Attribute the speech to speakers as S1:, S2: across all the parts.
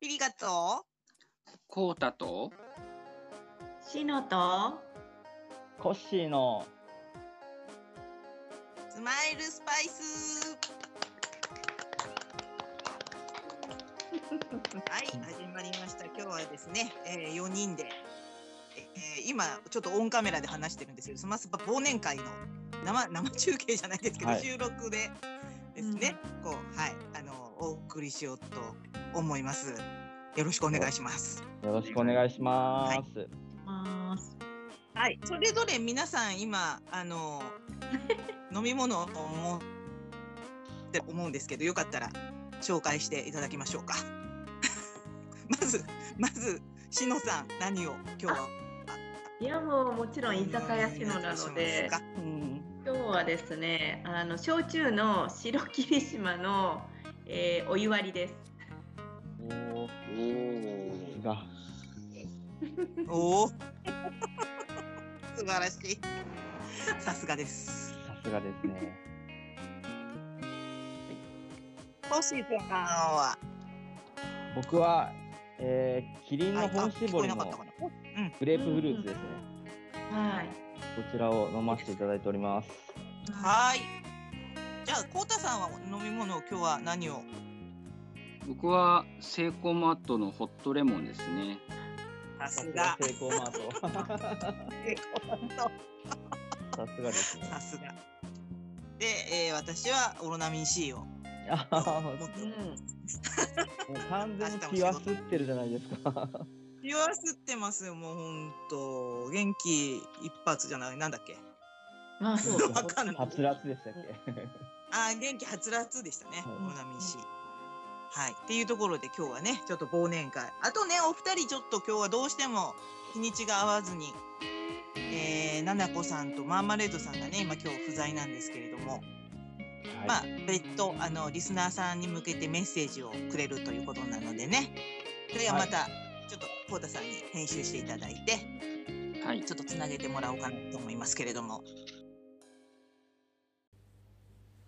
S1: キリガと
S2: コータと
S3: しのと
S4: コッシーの
S1: スマイルスパイ ス。はい、始まりました。今日はですね、えー、4人で、えー、今ちょっとオンカメラで話してるんですけど、スマスパ忘年会の生生中継じゃないですけど、
S4: はい
S1: 収録でですね、こうはいあのお送りしようと思います。よろしくお願いします。
S4: よろしくお願いします。
S3: ます。
S1: はい、それぞれ皆さん今あの 飲み物を持って思うんですけど、よかったら紹介していただきましょうか。 まずまずしのさん何を今日はい
S3: やもうもちろん居酒屋しのな
S1: お
S3: ので
S1: 願いしますか
S4: うん
S3: 今日はですねあの焼酎の白霧島の、えーお湯割りです。
S4: お
S2: お
S4: ー
S2: ー
S4: すが
S1: お お素晴らしい。さすがです。
S4: さすがですね。
S1: コッシーさんは
S4: 僕は、えー、キリン
S1: はい
S4: の
S1: あ
S4: 本
S1: 聞こ
S4: 絞
S1: え
S4: り
S1: な
S4: の
S1: かったかな。うん
S4: グレープフルーツですね。
S3: はい。
S4: こちらを飲ませていただいております。
S1: はーい。じゃあコウタさんは飲み物を今日は何を
S2: 僕はセイコーマートのホットレモンですね。
S1: さ
S4: さ
S1: す
S4: す
S1: が
S4: が。成功マ ート。さすがですね
S1: さ。すが。で、えー、私はオロナミン C を
S4: あははも
S1: 持っております。
S4: う完全に気は吸ってるじゃないですか。
S1: 言わすってますよ、もうほんと。元気一発じゃない、なんだっけ。
S3: うん。あそう。
S1: わかんない
S4: はつらつでしたっけ。
S1: あー元気はつらつでしたね、
S4: はい
S1: オロナミン C。はい。っていうところで今日はね、ちょっと忘年会。あとね、お二人ちょっと今日はどうしても日にちが合わずに、えー、ななこさんとマーマレードさんがね、今今日不在なんですけれども、まあ
S4: はい。、
S1: 別途あのリスナーさんに向けてメッセージをくれるということなのでねそれはまた、ちょっとコウタさんに編集していただいて
S2: はい。
S1: ちょっとつなげてもらおうかなと思いますけれども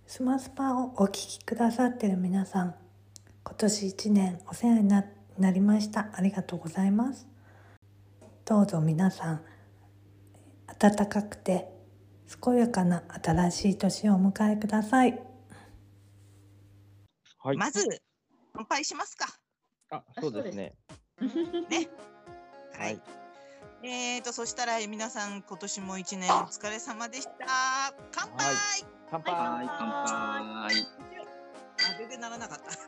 S5: スマスパをお聞きくださってる皆さん、今年1年お世話にななりました。ありがとうございます。どうぞ皆さん、暖かくて健やかな新しい年をお迎えください。
S4: はい。
S1: まず乾杯しますか
S4: あ、そうですね。
S1: は
S4: はいい、
S1: えーとそしたら皆さん今年も一年お疲れ様でした乾杯、
S4: はい乾杯。
S2: はい、乾杯。
S1: あ全然ならなかった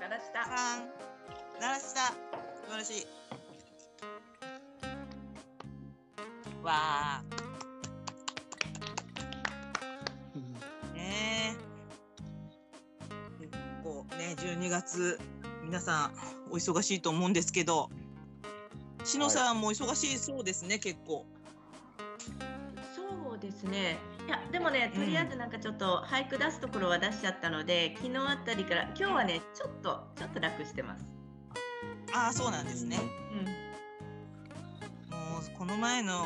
S3: ガラスだ。
S1: さん鳴らした素晴らしいわあねえ結構ね12月皆さんお忙しいと思うんですけどしのさんも忙しいそうですね結構
S3: そうですね。いやでもねとりあえずなんかちょっと俳句出すところは出しちゃったので、昨日あたりから今日はねちょっとちょっと楽してます。
S1: ああそうなんですね
S3: うん。
S1: もうこの前の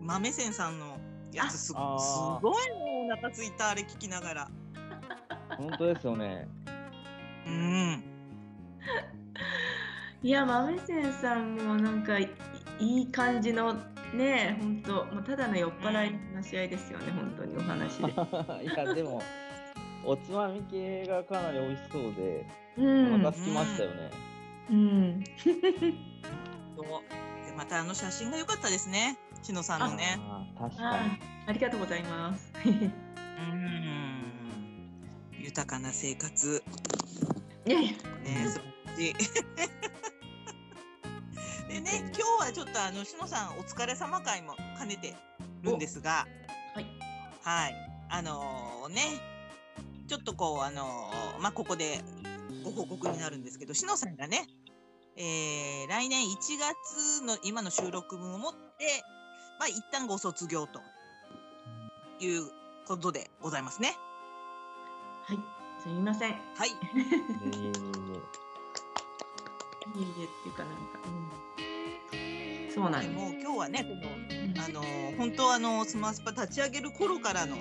S1: 豆仙さんのやつすす
S4: ああー
S1: ごいもうお腹すいたあれ聞きながら
S4: 本当ですよね。
S1: うん
S3: いや豆仙さんもなんかいいい感じのねえ本当もうただの酔っ払いの話し合いですよね本当にお話 で
S4: いやでもおつまみ系がかなり美味しそうで、
S3: う
S4: お
S3: ん
S4: 腹空きましたよね。
S3: うん
S1: そうでまたあの写真が良かったですね、しのさんのね。
S4: あー確か
S3: あ
S4: に。
S3: ありがとうございます
S1: うん豊かな生活、
S3: いやいや
S1: ね、素晴らしい。でね、今日はちょっとあのしのさんお疲れ様会も兼ねてるんですが、
S3: はい
S1: はい、あのね、ちょっとこうあのまあここでご報告になるんですけど、しのさんがね、えー来年1月の今の収録分をもって、まあ一旦ご卒業ということでございますね。
S3: はいすみませんい
S1: はい。
S4: いえいえいえいえ
S3: いえっていうかなんか、うん、そうなんで
S1: もう今日はね、この
S3: す、うん
S1: あの本当はあのスマスパ立ち上げる頃からの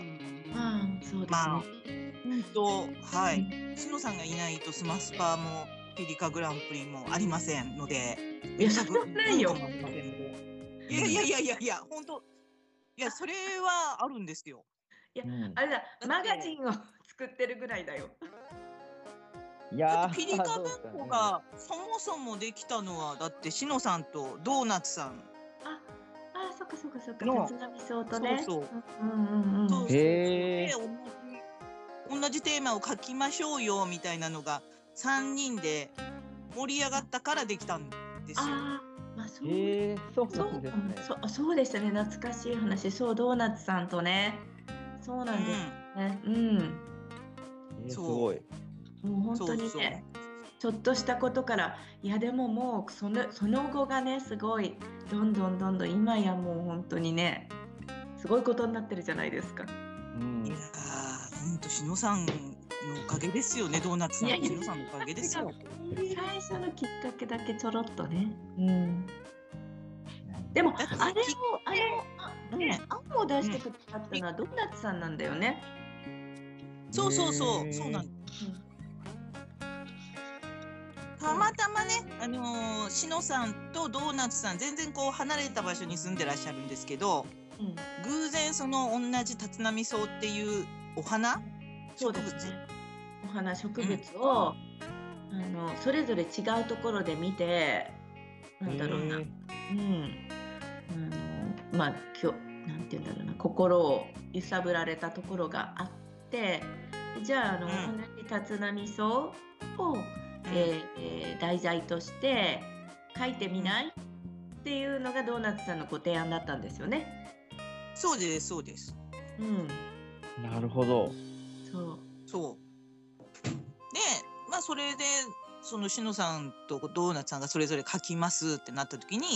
S3: あーそうですね、
S1: まあ本当は
S3: う
S1: い
S3: ん
S1: しのさんがいないとスマスパもピリカグランプリもありませんので。
S3: いや、そんなないよ。
S1: いやいやいやいやいや、本当。いや、それはあるんですよ。
S4: うん
S3: あれだ、マガジンを作ってるぐらいだよ。
S4: い
S1: だっ
S4: やー
S1: てピリカ文庫が
S4: ど
S1: そもそもできたのは、だってしのさんとドーナツさん。
S3: あ、あ、そっかそっかそっか。
S1: の
S3: 立浪総とね。
S1: そうそう
S3: うんうんうん。
S1: そうそう
S4: へー
S1: で同じ同じテーマを書きましょうよみたいなのが3人で盛り上がったからできたんですよ。
S3: ああ、まあそう
S4: う。えー、そう
S3: そう
S4: なんですね。
S3: そうそうですね懐かしい話そうドーナツさんとねそうなんですねうん、
S4: えーす
S1: そう
S4: ごい。
S1: う、
S3: もうん本当にね
S1: そうそう
S3: ちょっとしたことからいやでももうそのその後がねすごいどんどんどんどん今やもう本当にねすごいことになってるじゃないですか
S4: うん
S1: いやー、ほんと、しのさんのおかげですよね、ドーナツさん。
S3: いやいや
S1: しのさんのおかげですよ。
S3: 最初のきっかけだけちょろっとねうんでも
S1: だって
S3: あれをあれをあね案を出して
S1: うん
S3: くださったのはドーナツさんなんだよね、
S1: そうそうそう、
S4: へー
S1: そうなん
S3: う
S1: たまたまね、あのー、しのさんとドーナツさん、全然こう離れた場所に住んでらっしゃるんですけど、
S3: んうん、
S1: 偶然その同じ立浪草っていうお花
S3: そうですね。お花植物を、あのそれぞれ違うところで見て、なんだろうな、
S4: え
S3: う
S4: ー
S3: ん、あのまあ今日なんて言うんだろうな、心を揺さぶられたところがあって、じゃああの、
S1: うん
S3: 同じ立浪草を、えーえー題材として書いてみないっていうのがドーナツさんのご提案だったんですよね。
S1: そうです、そうです。
S3: うん、
S4: なるほど。
S3: そう。
S1: そう。で、まあ、それで、そのしのさんとドーナツさんがそれぞれ書きますってなった時に、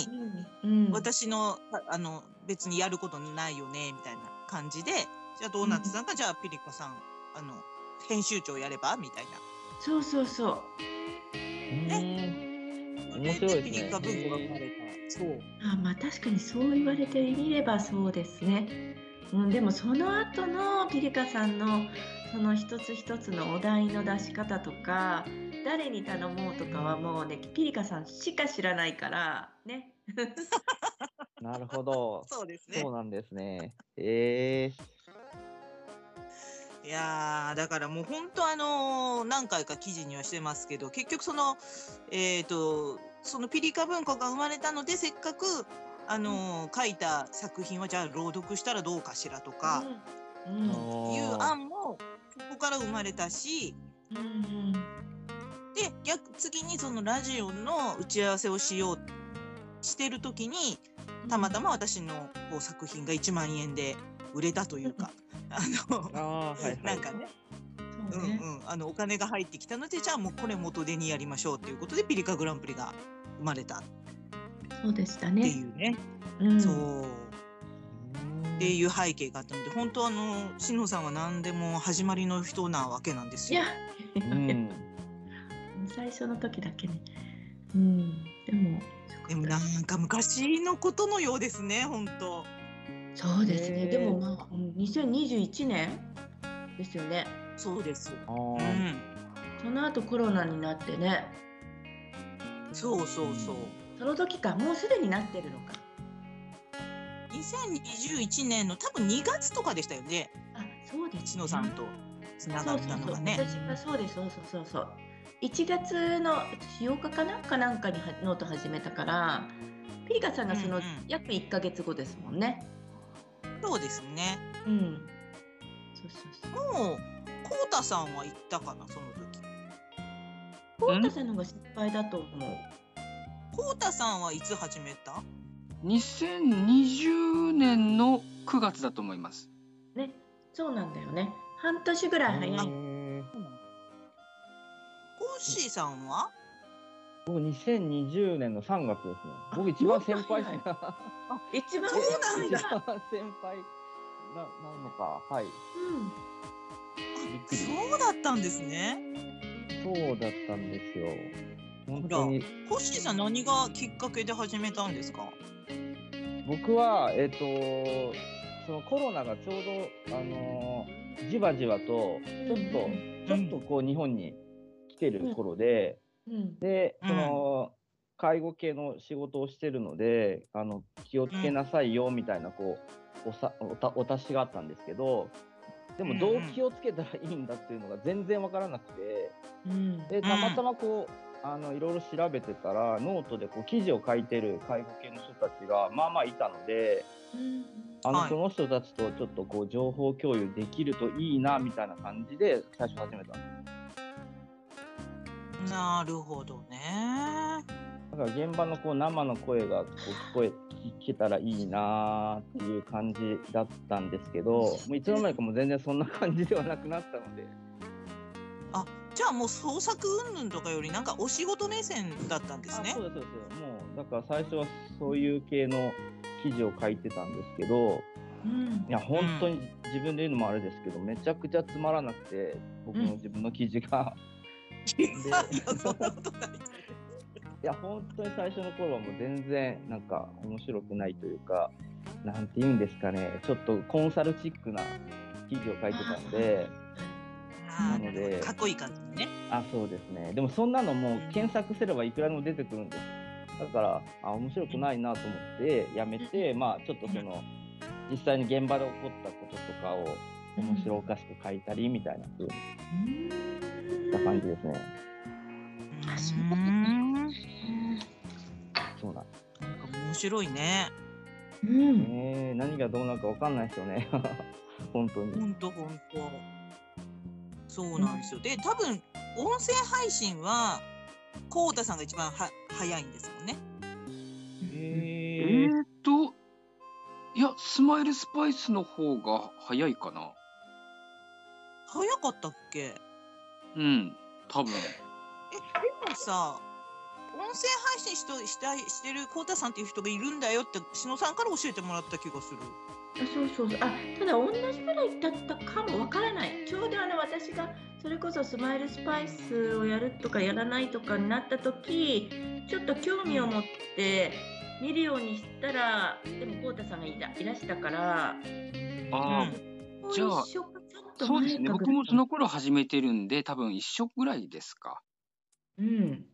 S3: うん、うん
S1: 私のああの別にやることないよねみたいな感じでじゃあドーナツさんが、じゃあピリカさんあの編集長やればみたい
S3: そうそうそう。
S4: ね、
S1: な
S4: 面白いですね
S1: ピリカ文庫が生まれたそう
S3: あまあ確かにそう言われてみればそうですね。うん、でもその後のピリカさんのその一つ一つのお題の出し方とか誰に頼もうとかはもうねピリカさんしか知らないからね。
S4: なるほど。
S1: そうですね
S4: そうなんですね。え
S1: いやーだからもう本当あのー何回か記事にはしてますけど結局そのえっ、とそのピリカ文庫が生まれたのでせっかくあのー書いた作品はじゃあ朗読したらどうかしらとか
S3: うん
S4: ー。
S3: うん
S1: いう
S4: あ
S1: 案もここから生まれたし、
S3: うん
S1: で逆次にそのラジオの打ち合わせをしようしてる時に
S3: うん
S1: たまたま私のこう作品が1万円で売れたというか、 あの
S4: ー。あーはいはい。
S1: なんかね,、
S3: そう
S1: うん
S3: ね、
S1: うん、あのお金が入ってきたのでじゃあもうこれ元手にやりましょうということでピリカグランプリが生まれたっ
S3: そうでした
S1: て
S3: ね。
S1: いうね、
S3: うん、
S1: そう
S4: うん
S1: っていう背景があったので本当あのしのさんは何でも始まりの人なわけなんです
S3: い
S1: よ
S3: や。
S4: うん。
S3: 最初の時だけね。うん、でも
S1: でもなんか昔のことのようですね本当
S3: そうですね。
S4: へー
S3: でもまあ、うん2021年ですよね。
S1: そうです。
S4: あ
S1: う
S4: ー
S1: ん
S3: その後コロナになってね。
S1: そうそうそう。
S3: その時か、もうすでになってるのか。
S1: 2021年の多分2月とかでしたよね、
S3: あ、そうです、
S1: 千野さんとつながったのが
S3: そう
S1: ね。
S3: そうそう私がそうです。そうそうそうそう。1月の8日かなんかなんかにはノート始めたから、ピリカさんがその
S1: うんうん
S3: 約1ヶ月後ですもんね。
S1: そうですね。
S3: うん。そうそうそう。
S1: もう、こうたさんは行ったかな、その時。
S3: コウタさんの方が失敗だと思う。
S1: こうたさんはいつ始めた
S2: 2020年の9月だと思います。
S3: ね、そうなんだよね。半年ぐらい早い。
S4: えー
S1: コッシーさんは
S4: 僕2020年の3月ですね。僕一番先輩な。
S3: 一番
S1: そうなん
S4: 一
S1: だ
S4: 番先輩ななのか。はい。
S3: うん。
S4: びっくり
S1: そうだったんですね。
S4: そうだったんですよ。本当に
S1: コッシーさん何がきっかけで始めたんですか
S4: 僕はえっ、とそのコロナがちょうどあのーじわじわとちょっと、
S3: うん
S4: ちょっとこう日本に来てる頃で、
S3: うん
S4: で、
S1: うん
S4: その介護系の仕事をしてるのであの気をつけなさいよみたいなこうおさおたお達しがあったんですけどで
S1: うんう
S4: も
S1: ん
S4: どう気をつけたらいいんだっていうのが全然わからなくて
S3: うん
S4: でたまたまこうあのいろいろ調べてたらノートでこう記事を書いてる介護系の人たちがまあまあいたので
S3: うん
S4: あの、
S1: はい
S4: その人たちとちょっとこう情報共有できるといいなみたいな感じで最初始めたんです
S1: なるほどね。
S4: だから現場のこう生の声がこう聞こえ聞けたらいいなーっていう感じだったんですけど、もういつの間にかもう全然そんな感じではなくなったので、
S1: じゃあもう創作云々とかよりなんかお仕事目線だったんです
S4: あ
S1: ね
S4: そ。うですそうです。もうだから最初はそういう系の記事を書いてたんですけど、
S3: うん
S4: いや本当に自分で言うのもあれですけど、めちゃくちゃつまらなくて僕の自分の記事 が、
S1: いや いやそんなことない。
S4: いや本当に最初の頃はもう全然なんか面白くないというかなんて言うんですかねちょっとコンサルチックな記事を書いてたので
S1: あー
S4: なので
S1: かっこいい感じね。
S4: あそうですねでもそんなのもう検索すればいくらでも出てくるんですだからあ面白くないなと思ってやめてまあちょっとその実際に現場で起こったこととかを面白おかしく書いたりみたいな風にした感じですね
S3: あそう
S1: うーんなんか
S4: そうなんで
S1: 面白いね。
S3: うんう
S4: す
S3: ん
S4: ね何がどうなるかわかんないですよね 本当に
S1: 本当本当。そうなんですよ。で多分音声配信はこうたさんが一番は早いんですもんね。
S2: え
S4: へ
S2: ーっと、いや、スマイルスパイスの方が早いかな。
S1: 早かったっけ？で
S2: うん、多分。
S1: もさ。音声配信しとしたいしてるこうたさんっていう人がいるんだよってしのさんから教えてもらった気がする。
S3: そうそうそうあただ同じぐらいだったかもわからないちょうどあの私がそれこそスマイルスパイスをやるとかやらないとかになった時ちょっと興味を持って見るようにしたらでもこうたさんがいらいらしたから
S2: ああ、じゃあ
S3: もう一緒かちょっと
S2: そうで
S3: 前
S2: すね。
S3: かぐ
S2: 僕
S3: らい
S2: もその頃始めてるんで、多分一緒ぐらいですか。
S3: うん、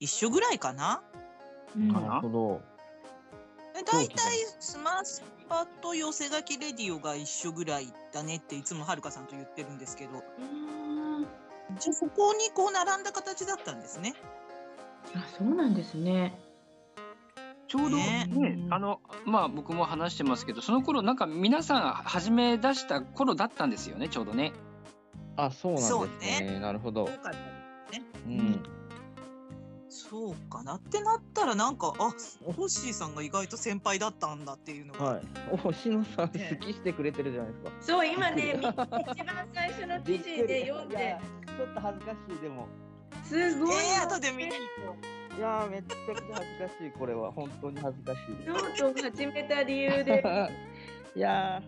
S1: 一緒ぐらいかな。
S3: うん
S2: か
S4: なるほど
S1: え大体
S4: そうそう
S1: スマスパと寄せ書きレディオが一緒ぐらいだねっていつもはるかさんと言ってるんですけど
S3: うーん
S1: じゃあそこにこう並んだ形だったんですね。
S3: あそうなんですね。
S2: ちょうど
S1: ね
S2: ね、
S3: うん
S2: あの、まあ僕も話してますけど、その頃なんか皆さん始め出した頃だったんですよね、ちょうどね。
S4: あ、そう
S1: そう
S4: なんですね。なるほど。
S1: か
S4: うん。
S1: そうかなってなったらなんかあホッシーさんが意外と先輩だったんだっていうのが、
S4: はい。お、しのさん、
S1: ね
S4: 好きしてくれてるじゃないですか。
S3: そう今ねみ
S4: び
S3: 一番最初の記事で読ん
S4: い
S3: で
S4: やちょっと恥ずかしい、でも。
S3: すごい
S1: えー、
S3: な
S1: 後で見に行こ
S4: いやー、めっちゃくちゃ恥ずかしい、これは、本当に恥ずかしいで 。
S3: ノートを始めた理由です
S4: いや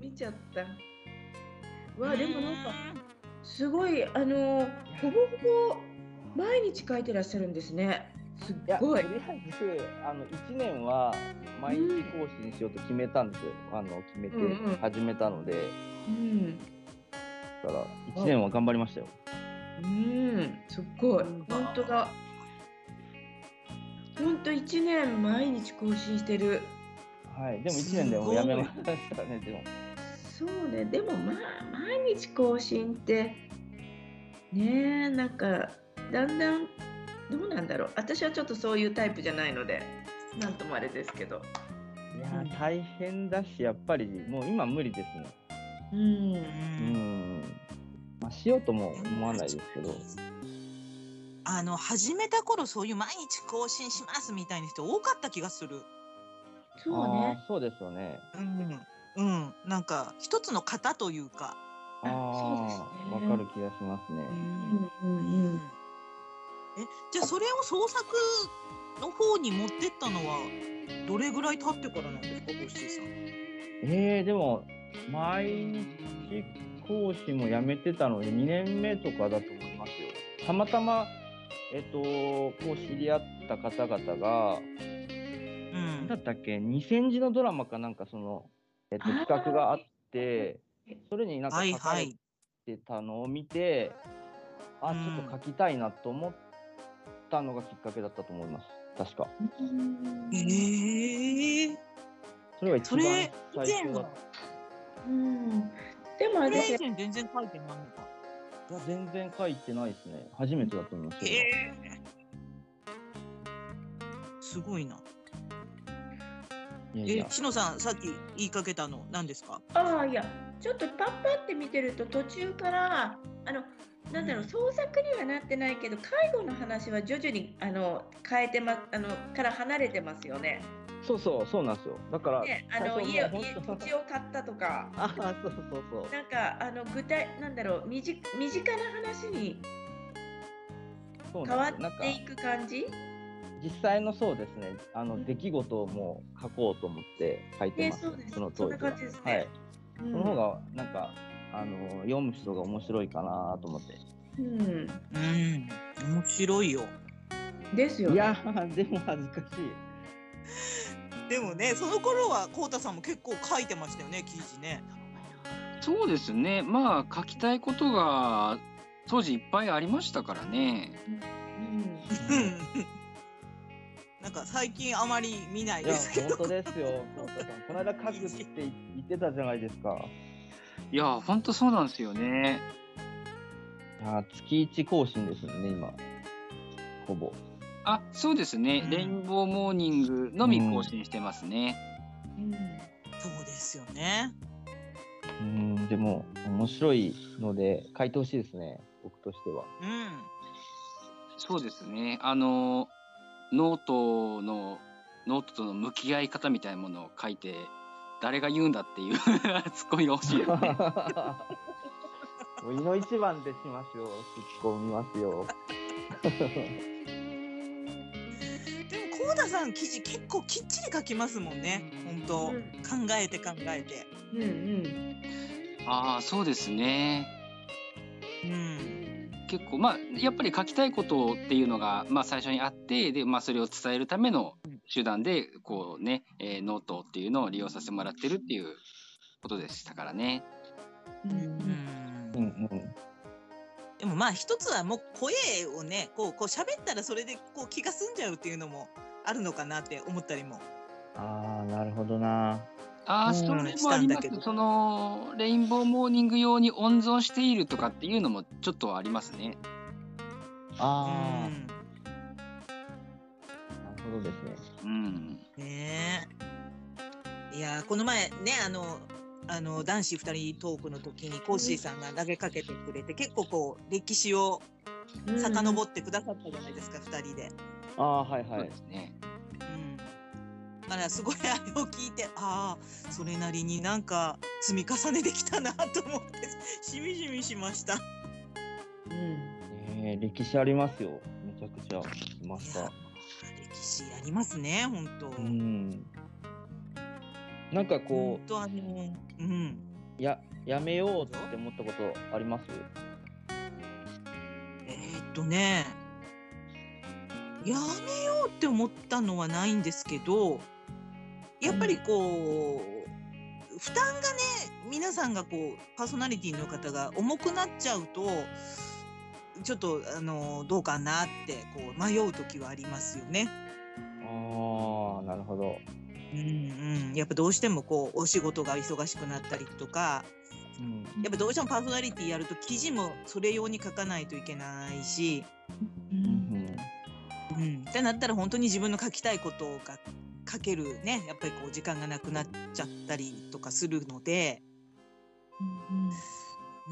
S3: 見ちゃった。
S1: う。
S3: わあでもなんかすごいあのほぼほぼ毎日書いてらっしゃるんですね。すっ
S4: ー、いや、と
S3: ご
S4: り
S3: い。
S4: あえず、あの、一年は毎日更新しようと決めたんですよ。あの、決めて
S3: うんうん
S4: 始めたので、
S3: うん
S4: だから、一年は頑張りましたよ。
S3: うんすっごい本当だ。本当一年毎日更新してる。
S4: はい、でも一年でもうやめましたね、でも。
S3: そうね、でもまあ毎日更新ってねえなんかだんだんどうなんだろう私はちょっとそういうタイプじゃないのでなんともあれですけど
S4: いやー、大変だし、やっぱり、もう今無理ですね。
S3: うん
S1: う
S4: うんん。まあ、しようとも思わないですけど。
S1: あの始めた頃そういう毎日更新しますみたいな人多かった気がする。
S3: そう
S4: あ
S3: ね
S4: ーそうですよね。
S1: うん、うん、なんか一つの型というか。
S4: あ
S3: あ
S4: あ
S3: そう
S4: ー、
S3: ですね
S4: わかる気がしますね。
S3: うんう
S1: うん
S3: うん
S1: んえじゃあそれを創作の方に持ってったのはどれぐらい経ってからなんですか星さん。
S4: ええー、でも、毎日講師もやめてたので、2年目とかだと思いますよ。たまたま、えっと、こう知り合った方々が、
S1: うん
S4: なんだったっけ、2000字のドラマかなんかその、えっと、
S3: あー
S4: 企画があって、それになんか
S1: は
S4: 書
S1: い
S4: か
S1: は
S4: れ
S1: い。
S4: てたのを見て、あちょっと書きたいなと思ったのがきっかけだったと思います確か
S3: うん
S1: ええ
S4: それが
S1: そ
S4: 一番
S1: れ以
S4: 最
S1: 前
S4: 初だ
S1: は
S4: った
S3: うんでもあ
S1: そ
S3: れで
S1: れ
S3: す
S1: 以
S3: よ
S1: 前全然書いてないのか。
S4: いや全然書いてないですね初めてだと思います
S1: え
S4: それは
S1: えすごいな。
S4: いやい
S1: え
S4: や、
S1: しのさん、さっき言いかけたの、何ですか。
S3: ああいやちょっとパッパって見てると途中からあのなんだろう創作にはなってないけど介護の話は徐々にあの変えてまあのから離れてますよね。
S4: そうそうそうなんですよだから、
S3: ねあの
S4: 最初
S3: 家を
S4: もう
S3: 家
S4: 本
S3: 土
S4: 当
S3: 地を買ったとか。
S4: ああそうそうそう
S3: なんかあの具体なんだろう身近身近な話に
S4: そう
S3: 変わ
S4: なんですよなん
S3: っ
S4: か
S3: ていく感じ
S4: 実際のそうですねあ
S3: う
S4: の
S3: ん
S4: 出来事をもう書こうと思って書いてます、
S3: ねそうです
S4: の当時は
S3: そんな感じですね
S4: はい、
S3: う
S4: そ
S3: ん
S4: の方がなんかあの読む人が面白いかなと思って
S3: うん、
S1: うん、面白いよ。
S3: ですよ
S4: い
S3: ね。
S4: やーでも恥ずかしい
S1: でもね、その頃は、こうたさんも結構書いてましたよね、記事ね。
S2: そうですねまあ書きたいことが当時いっぱいありましたからね
S3: うん
S1: なんか最近あまり見ない
S4: いや
S1: ですけど。
S4: 本当ですよ黒田さんこの間書くって言ってたじゃないですか
S2: いやほんとそうなんですよね
S4: いやー月一更新ですよね今ほぼ
S2: あそうですね、
S1: うん
S2: レインボーモーニングのみ更新してますね、
S3: うん
S1: そうですよね。
S4: うんでも面白いので書いてほしいですね僕としては
S1: うん。
S2: そうですねあのノートのノートとの向き合い方みたいなものを書いて誰が言うんだっていう ツッコミが欲 しいですね
S4: もう胃の一番でしますよ突っ込みますよ
S1: でも、こうたさん記事結構きっちり書きますもんね。本当、
S3: うん
S1: 考えて考えて。
S3: うんうん
S2: ああそうですね
S1: うん。
S2: 結構まあやっぱり書きたいことっていうのが、まあ、最初にあってで、まあ、それを伝えるための手段でこうね、えーノートっていうのを利用させてもらってるっていうことでしたからね。
S3: うん
S1: う
S3: うん
S1: ん
S4: うんうん
S1: でもまあ一つはもう声をねこうこう喋ったらそれでこう気が済んじゃうっていうのもあるのかなって思ったりも。
S4: ああなるほどな
S2: ああ、
S1: うん
S2: それもありま
S1: したんだけど
S2: す。そのレインボーモーニング用に温存しているとかっていうのもちょっとありますね。
S4: あ
S1: うん
S4: あ、なるほどですね
S2: うん。
S1: ねえ。いやーこの前ねあのあの男子二人トークの時にコーシーさんが投げかけてくれて結構こう歴史を
S3: うん
S1: 遡ってくださったじゃないですか、二人で。
S4: ああはい
S2: そ
S4: は
S2: う
S4: い
S2: ですね。
S1: うんだからすごいあれを聞いてああそれなりになんか積み重ねてきたなと思ってしみじみしました。
S3: うん
S4: えー、歴史ありますよめちゃくちゃ来まし
S1: い
S4: た
S1: や歴史ありますね本当。
S4: うんなんかこ
S1: 本当あのうん。
S4: うややめようって思ったことあります
S1: えーっとねやめようって思ったのはないんですけどやっぱりこう負担がね皆さんがこうパーソナリティの方が重くなっちゃうとちょっとあのどうかなってこう迷う時はありますよね。
S4: ああなるほど
S1: うんうん、やっぱどうしてもこうお仕事が忙しくなったりとか
S4: うん
S1: やっぱどうしてもパーソナリティやると記事もそれ用に書かないといけないし、
S3: うん
S1: うん、ってなったら本当に自分の書きたいことが書けるねやっぱりこう時間がなくなっちゃったりとかするので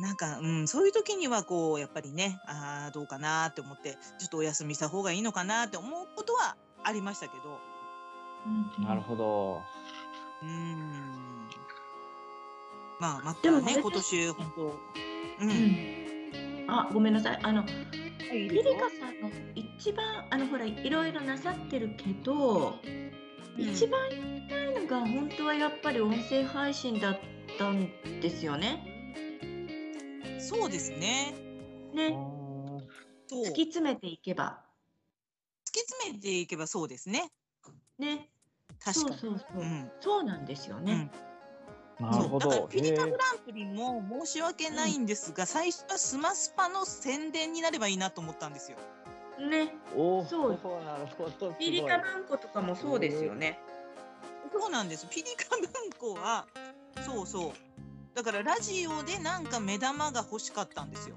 S1: なんか、うん、そういう時にはこうやっぱりねあーどうかなって思ってちょっとお休みした方がいいのかなって思うことはありましたけど
S3: うん
S4: なるほど
S1: うんまあま
S3: で
S1: た
S3: も
S1: ね
S3: あれ
S1: 今年本当うん、
S3: うんあごめんなさいあのリリカさんの一番あのほらいろいろなさってるけど、
S1: うん
S3: 一番やりたいのが本当はやっぱり音声配信だったんですよね。
S1: そうですね
S4: あ
S3: ね
S4: ー
S1: そう
S3: 突
S1: 突
S3: き
S1: き
S3: 詰めていけば
S1: 詰めていけばそうですね
S3: ね
S1: 確かに
S3: そうそうそう、
S1: うん
S3: そうなんですよね。
S4: なるほ
S1: そうだ
S4: ど
S1: から。ピリカ
S4: へ
S1: グ
S4: え
S1: ランプリも申し訳ないんですが、最初はスマスパの宣伝になればいいなと思ったんですよ。
S3: ね
S4: おお、
S3: そうよ
S4: なるほど。
S3: ピリカ文庫とかもそうですよね。
S1: そうなんです。ピリカ文庫は、そうそう。だからラジオでなんか目玉が欲しかったんですよ。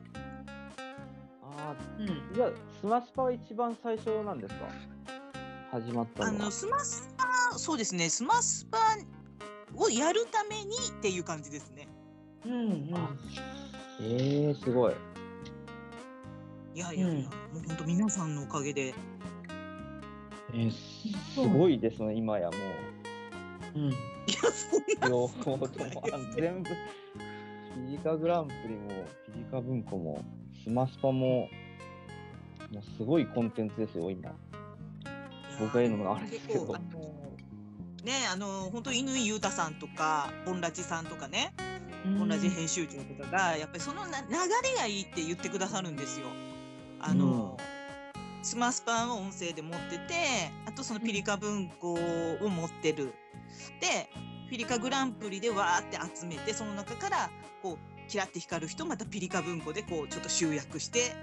S4: あ
S3: うん
S4: ーじゃあ、スマスパは一番最初なんですか始まった
S1: あ
S4: のは
S1: の、。スマスパ、そうですね、スマスパをやるためにっていう感じですね。
S3: うんうん
S4: あええすごい。
S1: いやいやいや、
S3: うん
S1: もう本当皆さんのおかげで。
S4: えー、すごいですね、今やも
S3: う
S4: う。
S3: ん
S1: いや、そんな
S4: 両
S1: すご
S4: 方
S1: く
S4: と
S1: ない
S4: も
S1: です、
S4: 全部。ピリカグランプリも、ピリカ文庫も、スマスパも、もうすごいコンテンツですよ、今。僕が言うのもあれですけど
S1: 結構あのねあの本当乾裕太さんとか本拉致さんとかね
S3: う
S1: 本
S3: ん
S1: ラジ編集長とかがやっぱりそのな流れがいいって言ってくださるんですよ。あの、スマスパンを音声で持っててあとそのピリカ文庫を持ってる。でピリカグランプリでわーって集めてその中からこうキラって光る人またピリカ文庫でこうちょっと集約して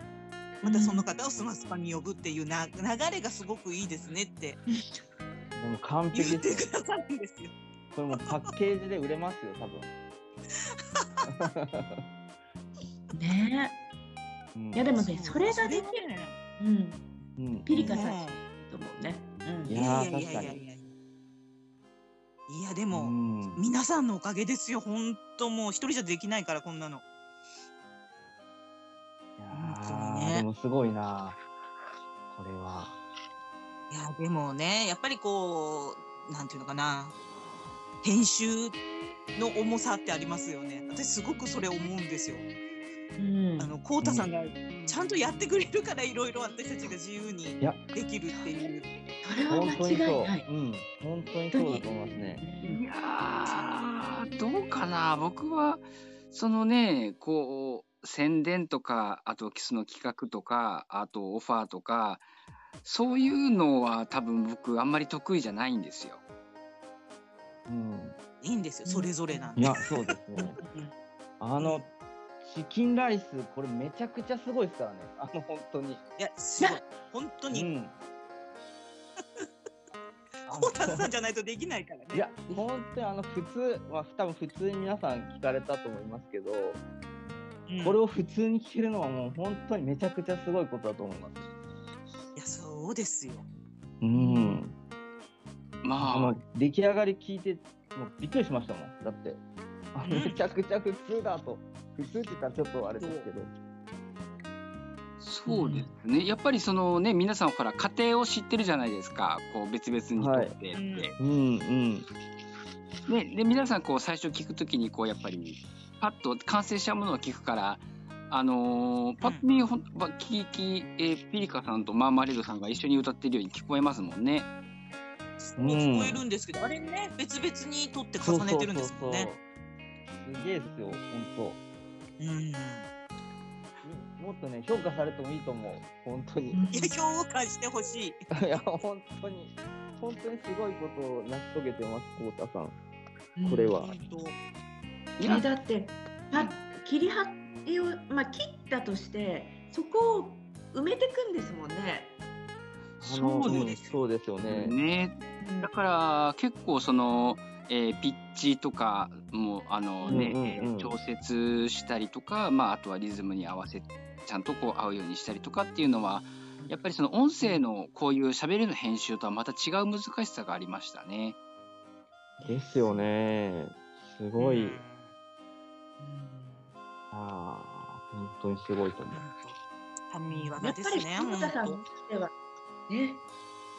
S1: またその方をスマスパに呼ぶっていうな流れがすごくいいですねって
S4: でも完
S1: 言
S4: 璧
S1: って
S4: です
S1: く
S4: よ。
S1: ださるんですよ。
S4: これもうパッケージで売れますよ、 多分。
S3: ね
S4: うん
S3: いやでもね
S1: う
S3: それができる
S1: それはね
S3: うん
S4: うん
S3: ピリカ
S1: うん
S3: さんと思うね。
S4: い
S1: い
S4: や
S1: や
S4: ー
S1: いやいやいや
S4: 確かに
S1: いやいやで
S4: う
S1: も、
S4: ん
S1: 皆さんのおかげですよ本当もう一人じゃできないからこんなの
S4: いや
S1: 本当に
S4: ー
S1: ね
S4: でもすごいなこれはい
S1: やでもねやっぱりこうなんていうのかな編集の重さってありますよね私すごくそれ思うんですよ
S3: うん
S1: あのコウタさんがちゃんとやってくれるからいろいろ私たちが自由に
S4: や
S1: できるっていう
S3: それは
S4: 本当に
S3: 間違
S4: そ
S3: いない。
S4: う、うん、本当にそうだと思いますね。
S2: いやーどうかな僕はそのねこう宣伝とかあとキスの企画とかあとオファーとかそういうのは多分僕あんまり得意じゃないんですよ。
S4: うん、
S1: いいんですよそれぞれなん
S4: い
S1: で
S4: やそうです ね。あのチキンライスこれめちゃくちゃすごいですからね。あの本当に。
S1: いやすごい本当
S4: う
S1: に
S4: ん。あの
S1: コウタさんじゃないとできないからね
S4: いや本当にあの普通まあ多分普通に皆さん聞かれたと思いますけど、
S1: うん
S4: これを普通に聞けるのはもう本当にめちゃくちゃすごいことだと思います。
S1: いやそうですよ。
S4: うん。
S2: ま
S4: あ
S2: あ
S4: の出来上がり聞いてもうびっくりしましたもんだってあ
S1: うん
S4: めちゃくちゃ普通だと普通って言ったらちょっとあれですけど
S2: そうですね、やっぱりそのね皆さんほら家庭を知ってるじゃないですかこう別々にとってって、
S1: はい
S4: うんうん
S2: ね、で皆さんこう最初聞くときにこうやっぱりパッと完成したものを聞くから、あのーパッと見ほん、ば聞き、えーピリカさんとマーマレードさんが一緒に歌ってるように聞こえますもんね。
S1: そう聞こえるんですけど、あれね別々に取って重ねてるんですもんね。
S4: そうそうそうそうすげえですよ本
S1: うんいや
S4: 当もっとね評価されてもいいと思う本当に
S1: 評価してほしい。
S4: いや本当に本当にすごいことを成し遂げてますコウタさんこれは
S1: 本当
S2: い
S3: ね
S2: や
S3: だってパッ切りはりを、まあ、切ったとしてそこを埋めていくんですもんね。
S4: あの
S2: そうです
S4: んそうですよ
S2: ね
S4: ね
S2: だから結構その、えーピッチとかもあのね、
S4: うんうんうん
S2: えー調節したりとか、まあ、あとはリズムに合わせちゃんとこう合うようにしたりとかっていうのはやっぱりその音声のこういう喋りの編集とはまた違う難しさがありましたね。
S4: ですよねすごいあー本当にすごいと思う
S1: 神業
S3: やっ
S1: で
S3: ぱ
S1: す
S3: り
S1: ね。
S3: 久保田さん
S1: 本
S3: にしてはね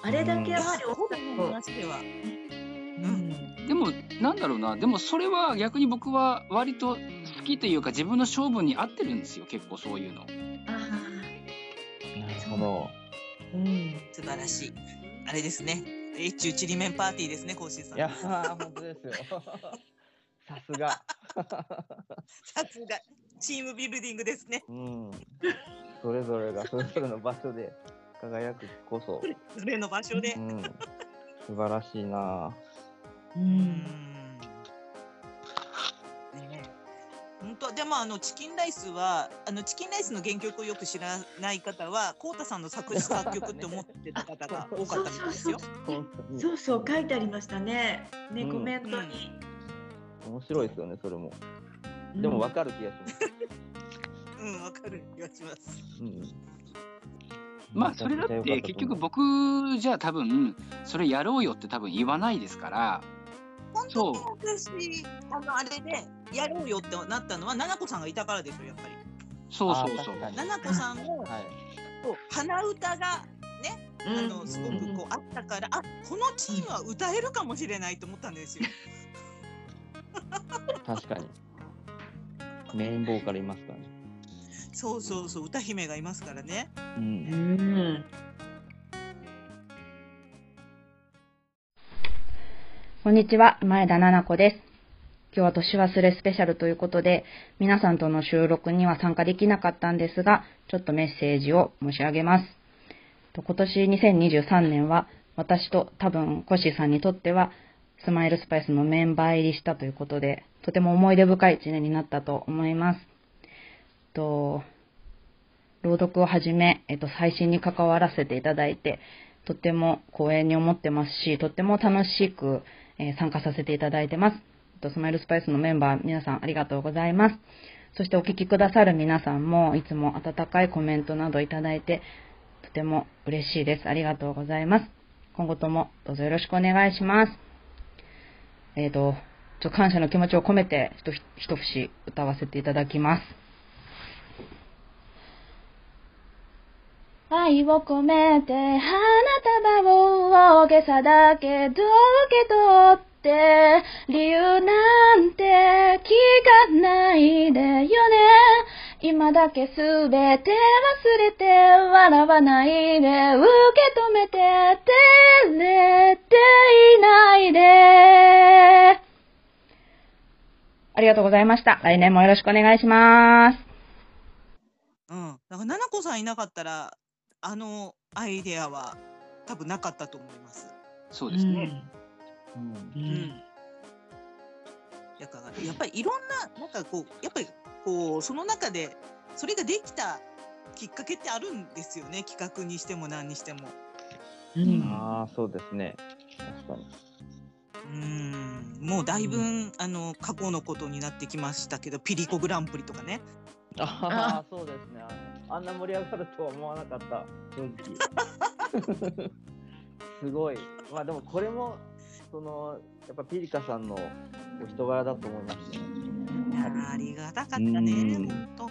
S3: あれだけやはりお
S1: 当
S3: 二
S1: 神
S3: 人
S1: の
S3: を
S1: 話では。
S3: うん
S2: でもなんだろうなでもそれは逆に僕は割と好きというか自分の勝負に合ってるんですよ結構そういうの。
S3: あ
S4: なるほど
S3: ーうん
S1: 素晴らしい。あれですね。越中ちりめんパーティーですね、コウシーさん。
S4: いやー、本当ですよ。 さすが。
S1: さすがチームビルディングですね。
S4: うん。それぞれがそれぞれの場所で輝くこそ。
S1: それの場所で
S4: う。ん。素晴らしいな。
S1: う
S3: う
S1: んん本当でもあのチキンライスはあのチキンライスの原曲をよく知らない方はコウタさんの作詞作曲って思ってた方 が多かったみたいですよ。
S4: 本当に
S3: そうそう書いてありましたね。ね、
S4: うん
S3: コメントに。
S4: 面白いですよねそれもでも分かる気がします、
S1: うんわかる気がします。
S4: うん
S2: まあそれだって結局僕じゃあ多分それやろうよって多分言わないですから
S1: 本
S2: そ
S1: 当
S2: う
S1: に私あのあれでやろうよってなったのは奈々子さんがいたからですよやっぱり。
S2: そうそうそう
S4: あー確かに
S1: 奈々子さんも
S4: はい
S1: こう鼻歌が
S3: う
S1: あ
S3: ん
S1: のすごくこうあったから、あこのチームは歌えるかもしれないと思ったんです よ。
S4: 確かにメインボーカルいますからね
S1: そうそうそう歌姫がいますからね。
S4: う
S3: うんん。
S6: こんにちは、前田奈々子です。今日は年忘れスペシャルということで、皆さんとの収録には参加できなかったんですが、ちょっとメッセージを申し上げます。と今年2023年は、私と多分コッシーさんにとっては、スマイルスパイスのメンバー入りしたということで、とても思い出深い一年になったと思います。と朗読をはじめ、えっと、最新に関わらせていただいて、とっても光栄に思ってますし、とっても楽しく、えー参加させていただいてます。えっとスマイルスパイスのメンバー、皆さんありがとうございます。そしてお聞きくださる皆さんも、いつも温かいコメントなどいただいて、とても嬉しいです。ありがとうございます。今後ともどうぞよろしくお願いします。えっ、と、ちょ感謝の気持ちを込めて、ひとひ一節歌わせていただきます。愛を込めて花束を大げさだけど受け取って理由なんて聞かないでよね今だけ全て忘れて笑わないで受け止めて照れていないでありがとうございました来年もよろしくお願いします
S1: うん、だから奈々子さんいなかったらあのアイデアは多分なかったと思います。
S2: そうですね、
S4: うん
S3: う。
S1: うんん、だからやっぱりいろんななんかこうやっぱりこうその中でそれができたきっかけってあるんですよね企画にしても何にしても。
S3: う
S2: うん
S3: ん。
S4: ああそうですね確かに
S1: うんもうだいぶん、あの過去のことになってきましたけどピリコグランプリとかね。
S4: ああそうですねああんな盛り上がるとは思わなかった正直 すごいまあでもこれもそのやっぱピリカさんのお人柄だと思いますね
S1: いやーありがたかったね
S4: うん
S1: 本当。うん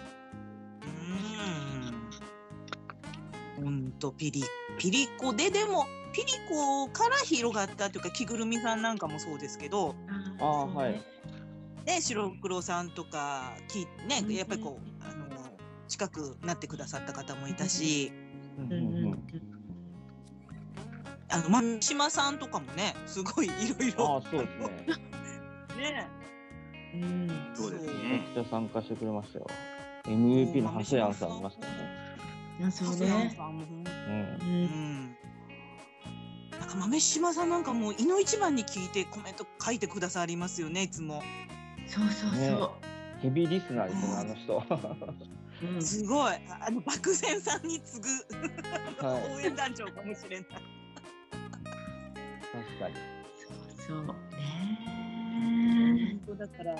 S1: 本当ピリピリコででもピリコから広がったというか着ぐるみさんなんかもそうですけど、
S4: ああはい
S1: ね、白黒さんとかき、ね
S3: うん、
S1: やっぱりこうあの近くなってくださった方もいたし、
S4: うん
S3: う
S4: うんん
S3: う
S4: うんん
S1: あの松島さんとかもねすごいいろい
S4: あ
S1: ろ
S4: あそうですね
S1: ね。
S3: うん。
S2: そうです
S4: め
S2: ね
S4: っちゃ参加してくれましたよ MVP のハセヤンさんいましたね
S3: いやそう
S1: そうね
S3: ね。
S1: さんも本当
S4: うん
S1: う。んなんか豆島さんなんかもういの一番に聞いてコメント書いてくださりますよねいつも
S3: そうそうそ
S4: ヘビーリスナーですねあの 人は
S3: う。うん。
S1: すごいああの漠然さんに次ぐ
S4: い
S1: 応援団長かもしれない
S4: 確かに
S3: そうね。
S1: 本当だから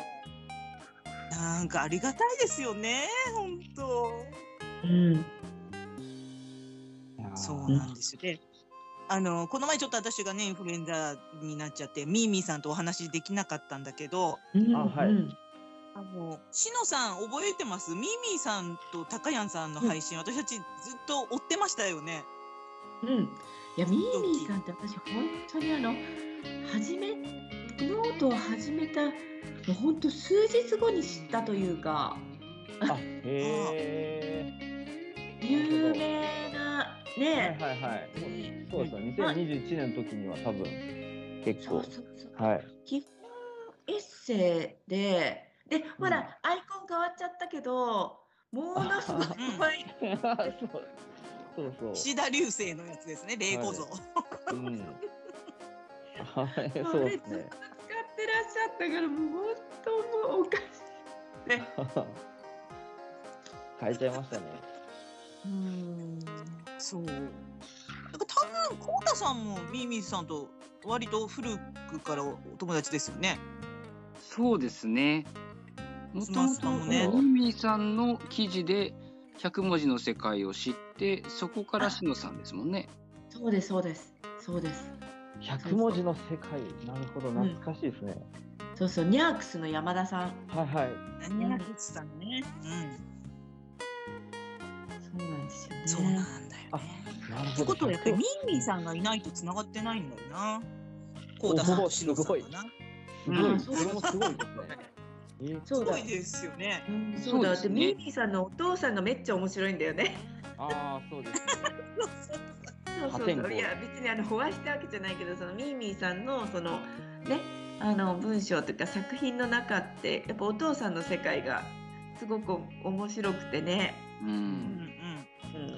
S1: なんかありがたいですよね本当
S3: うん。
S4: いやー
S1: そうなんですよであのこの前ちょっと私がねインフルエンザになっちゃってミーミーさんとお話しできなかったんだけど
S3: うん。
S4: あはい
S3: うん
S1: あの、しのさん覚えてますミーミーさんとたかやんさんの配信、私たちずっと追ってましたよね。
S3: うん、いやミーミーさんって私本当にあの始めノートを始めたもう本当数日後に知ったというか
S4: あへえ
S3: 有名な
S4: はい
S3: ね、
S4: はいはい。そうですね。
S3: はい
S4: 2021年の時には多分結
S3: そ
S4: 構
S3: うそうそう、
S4: はい。
S3: 基本エッセイででほら、
S4: うん
S3: アイコン変わっちゃったけどものすごく可愛い
S4: そうそうそ
S1: 岸田流星のやつですね、霊子像。
S4: う。 うん。はい、
S3: の
S4: そう
S3: でずっと使っ
S4: です
S3: て
S4: ね。
S3: らっしゃったからもう本当もうおかし
S1: ね。
S4: 変えちゃいましたね。
S3: うん
S1: そう。なんか多分、コーラさんもミーミーさんと割と古くからお友達ですよね。
S2: そうですね。もと
S1: スマ
S2: も
S1: ス
S2: と
S1: タもね
S2: ミミさんの記事で100文字の世界を知ってそこからしのさんですもんね。
S3: そうですそうですそうです
S4: 100文字の世界。なるほど、懐かしいですね。
S3: そうそうニャークスの山田さん
S4: はいはい。
S1: 何々さんね。
S3: そうなんですよ
S1: う
S3: ね
S1: ん。そうなんだよ
S4: あ
S1: ね。
S4: なる
S1: ってことはやっぱり
S4: 100
S1: ミーミーさんがいないと繋がってないんだよな。コーダさんとシロさんかな。
S4: すご
S2: う
S4: い。
S2: ん
S4: それもすごいですね。え
S3: そ
S1: す
S3: うだ
S1: ごいですよね。
S3: うん
S2: す
S3: そうだ
S2: そ
S3: っ
S2: うですね
S3: てミーミーさんのお父さんがめっちゃ面白いんだよね。
S4: ああ、そうですね。
S3: そうそう
S4: 破天
S3: そ
S4: 荒
S3: ういや別にあのお会いしたわけじゃないけどそのミーミーさんのそのねあの文章というか作品の中ってやっぱお父さんの世界がすごく面白くてね。
S2: う。
S1: うんうんん。
S3: うん、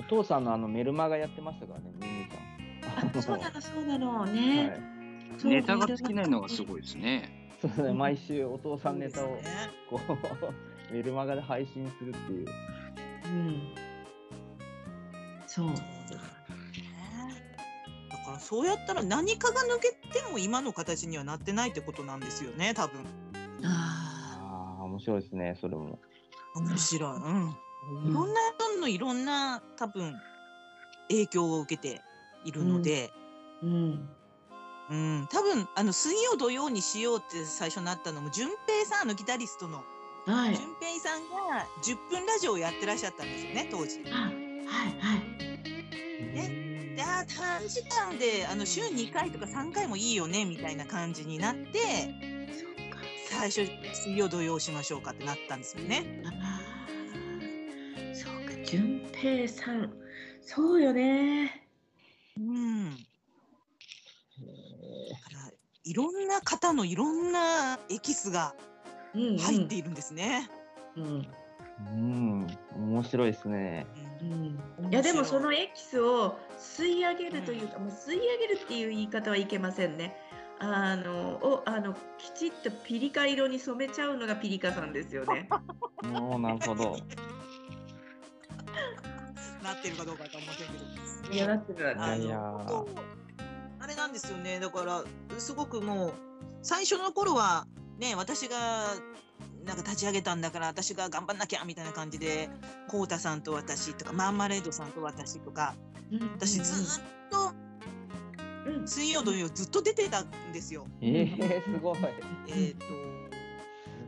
S4: お父さんのあのメルマガやってましたからね、ミミ
S3: あ
S4: さ
S3: そう
S4: ん。
S3: なのそうなのね。
S4: はい
S3: そう
S2: ネタが尽きないのがすごいですね。
S4: そうですね、毎週お父さんネタ
S1: そう
S4: を
S1: ですね
S4: こう メルマガで配信するっていう。
S3: うん。そう。
S1: だからそうやったら何かが抜けても今の形にはなってないってことなんですよね多分
S3: あ
S4: ああ、面白いですね、それも。
S1: 面白い、うん、いろんな人のいろんな多分影響を受けているので、
S3: あ。うん。
S1: うん多分あの水曜土曜にしようって最初なったのも淳平さんあのギタリストの
S3: はい
S1: 淳。平さんが10分ラジオをやってらっしゃったんですよね当時。
S3: あはいはい。
S1: であー短時間であの週2回とか3回もいいよねみたいな感じになって
S3: そっか。
S1: 最初水曜土曜しましょうかってなったんですよね。
S3: あーそうか、淳平さん。そうよね。
S1: うん、だからいろんな方のいろんなエキスが
S3: うん、うん。
S1: 入っているんですね。
S3: うん。
S4: うん、面白いですね。
S1: うん
S3: うん。い
S1: 面白
S3: や、
S1: い
S3: でも、そのエキスを吸い上げるというか、もう吸い上げるっていう言い方はいけませんね。あの、を、あの、きちっとピリカ色に染めちゃうのがピリカさんですよ ね。
S4: おーなるほど。
S1: なってるかどうかと思ってるけど。
S3: いや、だって
S1: あの
S4: いやー
S1: 本当あれなんですよねだからすごくもう最初の頃はね私がなんか立ち上げたんだから私が頑張んなきゃみたいな感じでこうたさんと私とかマーマレードさんと私とか私ずーっと
S3: うん、うん、
S1: 水曜土曜ずっと出てたんですよ。
S4: えー、すごい。
S1: えー、と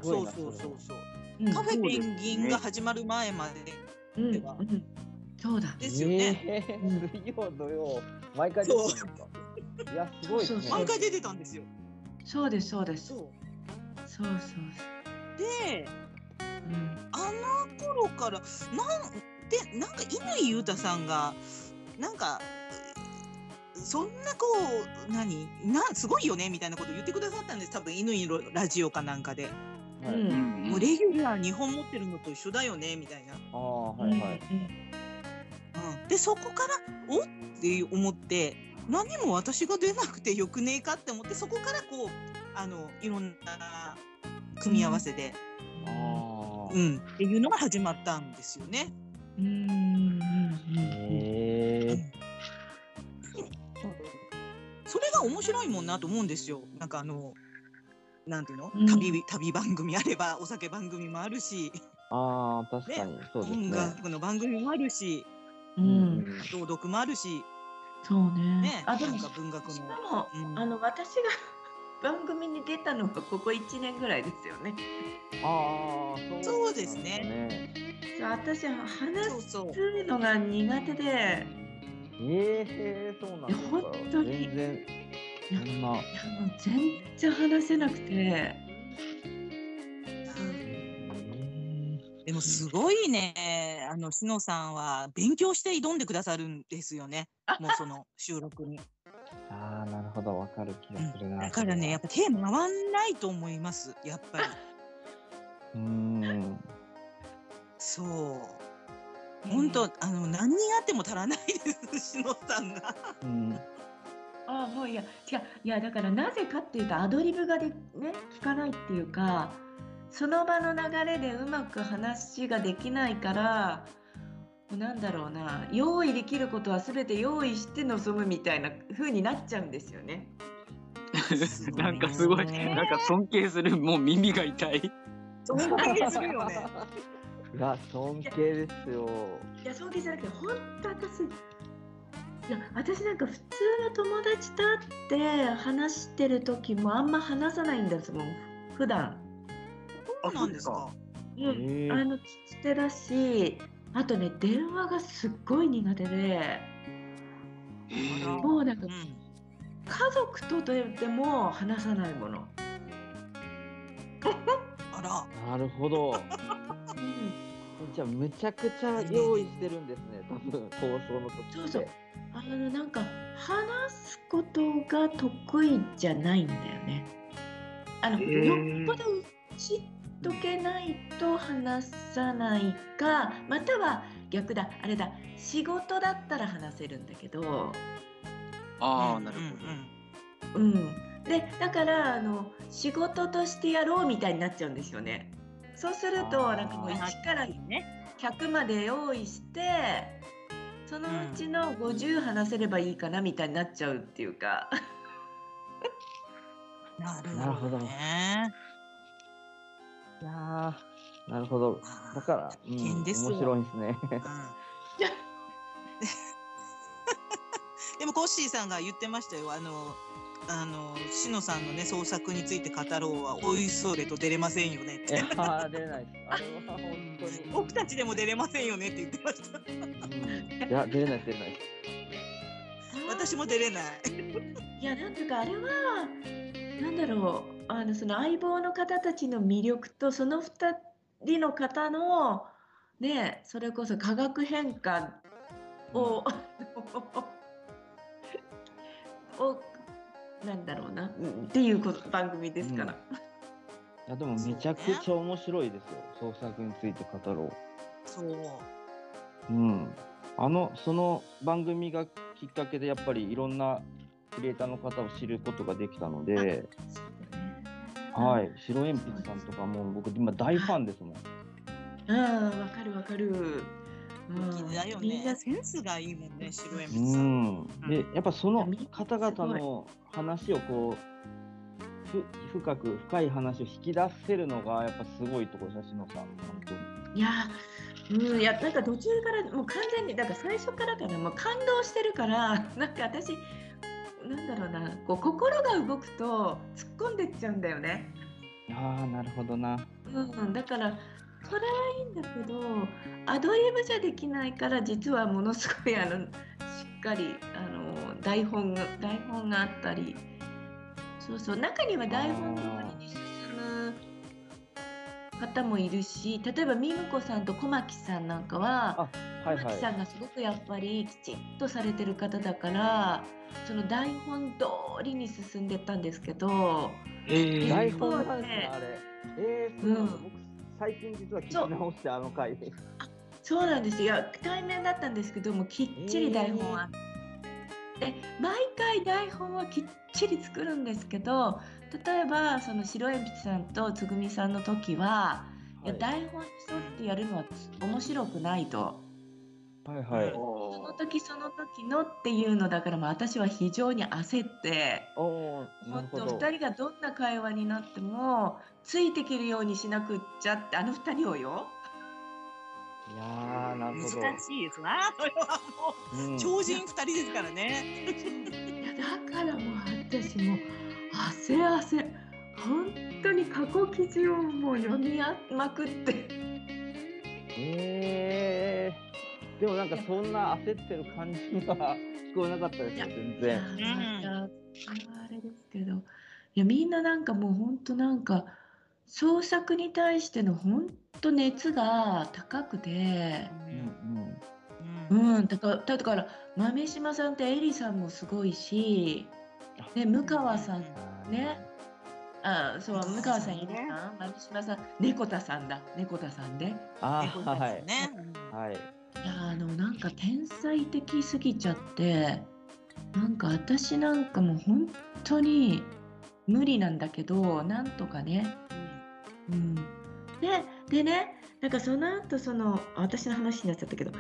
S4: す
S1: そ
S4: ごいうな
S1: そう
S4: れ
S1: そう
S4: も
S1: そう。
S3: うん
S1: カフェペンギンが始まる前まで
S3: うん、
S1: では
S3: うん、そうだ。
S1: ですよね。
S4: えー、水曜土曜毎回出てるんですか。いやすごいです
S3: そうそ
S4: ね。
S3: うそう
S1: 毎回出てたんですよ。
S3: そうです、そうです。そう
S1: そ
S3: そうそう
S1: うで
S3: うん
S1: あの頃からなんでなんか乾裕太さんがなんかうそんなこう何なんすごいよねみたいなこと言ってくださったんです多分乾ラジオかなんかで、
S3: う
S4: はい
S3: ん
S2: うん
S1: もうレギュラー2本持ってるのと一緒だよねみたいな、
S4: ああはいはい。
S1: うん、でそこからおって思って何も私が出なくてよくねえかって思ってそこからこうあのいろんな組み合わせで、
S4: ああ
S1: う。ん、っていうのが始まったんですよね。
S3: うんうんうん
S4: えー、
S1: それが面白いもんなと思うんですよ。なんかあの、なんていうの、
S3: うん
S1: 旅、旅番組あれば、お酒番組もあるし、
S4: ああ確かにそうです
S1: 音
S4: ね。
S1: 楽の番組もあるし、
S3: う
S4: うん
S3: うん
S4: ん。
S1: 朗読もあるし、
S3: そうね
S1: ね、
S3: あで
S1: な
S3: も
S1: んか文学
S3: し
S1: も。
S3: かも、
S1: うん
S3: あの私が 番組に出たのがここ一年ぐらいですよね。
S4: ああ
S1: そ
S4: そうう
S1: ですね
S4: なんだ
S3: そう
S4: ね
S3: 私は話
S1: そうそう。
S3: すのが苦手で、
S4: ええそうなんで
S3: いや
S4: すか。
S3: 本当に
S4: 全然
S3: いや
S4: そんな。
S3: いやもう全然話せなくて、
S1: でもすごいね、あの、しのさんは勉強して挑んでくださるんですよね。もうその収録に。
S4: ああなるほどわかる気がするな。
S1: だからね、やっぱ手回んないと思います。やっぱり。
S4: うーん。
S1: そう。
S3: うん
S1: 本当、あの、何人あっても足らないです、篠さんが。
S4: うん。
S3: ああもういや違ういやだからなぜかっていうとアドリブがでね聞かないっていうかその場の流れでうまく話ができないからもうなんだろうな用意できることは全て用意して臨むみたいな風になっちゃうんですよね。
S1: すごいね
S2: なんかすごい、なんか尊敬する、もう耳が痛 い。
S1: 尊敬するよね。
S4: いや、尊敬ですよ。
S3: いや尊敬じゃなくて本当私いや私なんか普通の友達と会って話してる時もあんま話さないんですもん普段
S1: そうなんですか。
S3: う
S4: え
S3: ん、
S4: ー
S3: あの聞き手だしあとね電話がすっごい苦手で
S1: ー
S3: もうなん
S1: う
S3: か
S1: ん。
S3: 家族とと言っても話さないもの、
S1: あら。
S4: なるほど。
S3: うん、
S4: じゃあ、むちゃくちゃ用意してるんですね。多分、放送の時って。
S3: そうそうあのなんか話すことが得意じゃないんだよねあの、
S2: へー
S3: よっぽど知っとけないと話さないかまたは逆だあれだ仕事だったら話せるんだけど
S2: ああ、
S1: うん
S2: なるほ
S1: うんうん
S3: うん、でだからあの仕事としてやろうみたいになっちゃうんですよね。そうすると
S4: あー
S3: なんかもう1から
S1: ね。
S3: 100まで用意してそのうちの50話せればいいかなみたいになっちゃうっていう か
S1: なる
S4: なる
S1: ほ
S4: ほ
S1: ど
S4: ど
S1: ね。
S4: いやーなるほど。だから、うん、
S1: 危険
S4: 面
S1: ですよ
S4: 白いですね。
S1: うん でもコッシーさんが言ってましたよ。あの、あの、しのさんのね、創作について語ろうは、おいそれと出れませんよねっ
S4: いや
S1: て。
S4: ー、出れないです。あれは本当に。
S1: 僕たちでも出れませんよねって言ってました。
S4: うんいや、出れない、出れないです。
S1: 私も出れない。
S3: いやなんていうかあれはなんだろうあのその相棒の方たちの魅力とその2人の方のねそれこそ化学変化を、 をなんだろうなっていうこと番組ですから、、
S4: いや、でも、めちゃくちゃ面白いですよ。創作について語ろ
S1: そう。
S4: う。うん。あの、その番組がきっかけで、やっぱりいろんなクリエイターの方を知ることができたので、はいい。白鉛筆さんとかも、僕、今大ファンですもん。
S3: うんわかるわかる、うん、
S1: だよ
S3: みんな
S1: ね。センスがいいもんね、白鉛
S4: う
S1: 筆さん。
S4: ん、でやっぱその方々
S3: す
S4: の話をこうふ深く深い話を引き出せるのがやっぱすごいところですね篠さん本当に
S3: いやー、うん、いや、なんか途中から、もう完全に、だから最初からかな、もう感動してるから、 なんか私。なんだろうな、こう心が動くと、突っ込んでっちゃうんだよね。
S4: ああなるほどな
S3: うん、だから、それはいいんだけど、アドリブじゃできないから、実はものすごい、あの、しっかり、あの、台本が、台本があったり。そうそう、中には台本通りに進む。方もいるし、例えばミムコさんと小牧さんなんかは。
S4: あはい
S3: 玉
S4: は
S3: 木さん
S4: い
S3: がすごくやっぱりきちっとされてる方だからその台本通りに進んでったんですけど
S2: ええ
S4: 台本なんで
S3: ね
S4: すねあれえー、そうなんだ、
S3: うん
S4: 僕最近実は聞き直してあの回で
S3: そうなんですよいや対面だったんですけどもきっちり台本は、で毎回台本はきっちり作るんですけど例えばその白鉛筆さんとつぐみさんの時は、いや
S4: は
S3: 台本に沿ってやるのはつ面白くないと。
S4: いはいはい
S3: その時その時のっていうのだからもう私は非常に焦って
S4: おおーな
S3: も
S4: る
S3: っ
S4: ほ
S3: と
S4: ど
S3: 2人がどんな会話になってもついてけるようにしなくっちゃってあの2人をよ
S4: いやーな
S1: 難
S4: るほど、
S1: しいですな。それはも
S4: うん
S1: う、超人二人ですからね。
S3: いやだからもう私もう汗汗本当に過去記事をもう読みあまくって
S4: えー、でもなんかそんな焦ってる感じは聞こえなかったですよ全
S3: いや
S4: 然
S1: うん
S3: なんかあれですけどいやみんななんかもう本当なんか創作に対しての本当熱が高くて。
S4: うん
S1: うん
S3: うん、だからだから豆島さんってエリさんもすごいし、ね、向川さん
S4: うん
S3: ねあそう
S1: そう
S3: 向川さん、
S1: ね
S3: エリさん豆島さん猫田さんだ猫田さんで、い
S4: あ
S1: 猫
S4: ー
S1: たち
S4: はい
S1: ね。
S4: はい
S3: やあのなんか天才的すぎちゃってなんか私なんかもう本当に無理なんだけどなんとかね、うん、ででねなんかその後そのあ私の話になっちゃったけど、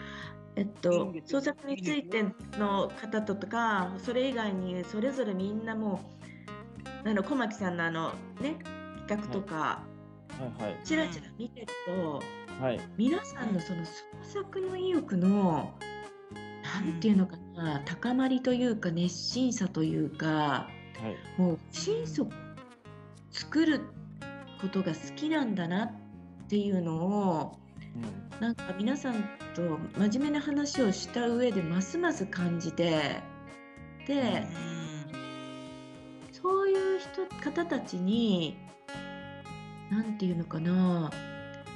S3: えっと
S1: いいん、ですよ
S3: 創作についての方とかそれ以外にそれぞれみんなもうあの小牧さんのあのね企画とか
S4: はいはい
S3: ちらちら見てると
S4: はい
S3: 皆さんのその創作の意欲のなんていうのかな高まりというか熱心さというか。
S4: はい
S3: もう心底作ることが好きなんだなっていうのを
S4: うん
S3: なんか皆さんと真面目な話をした上でますます感じてでそういう人方たちに何て言うのかな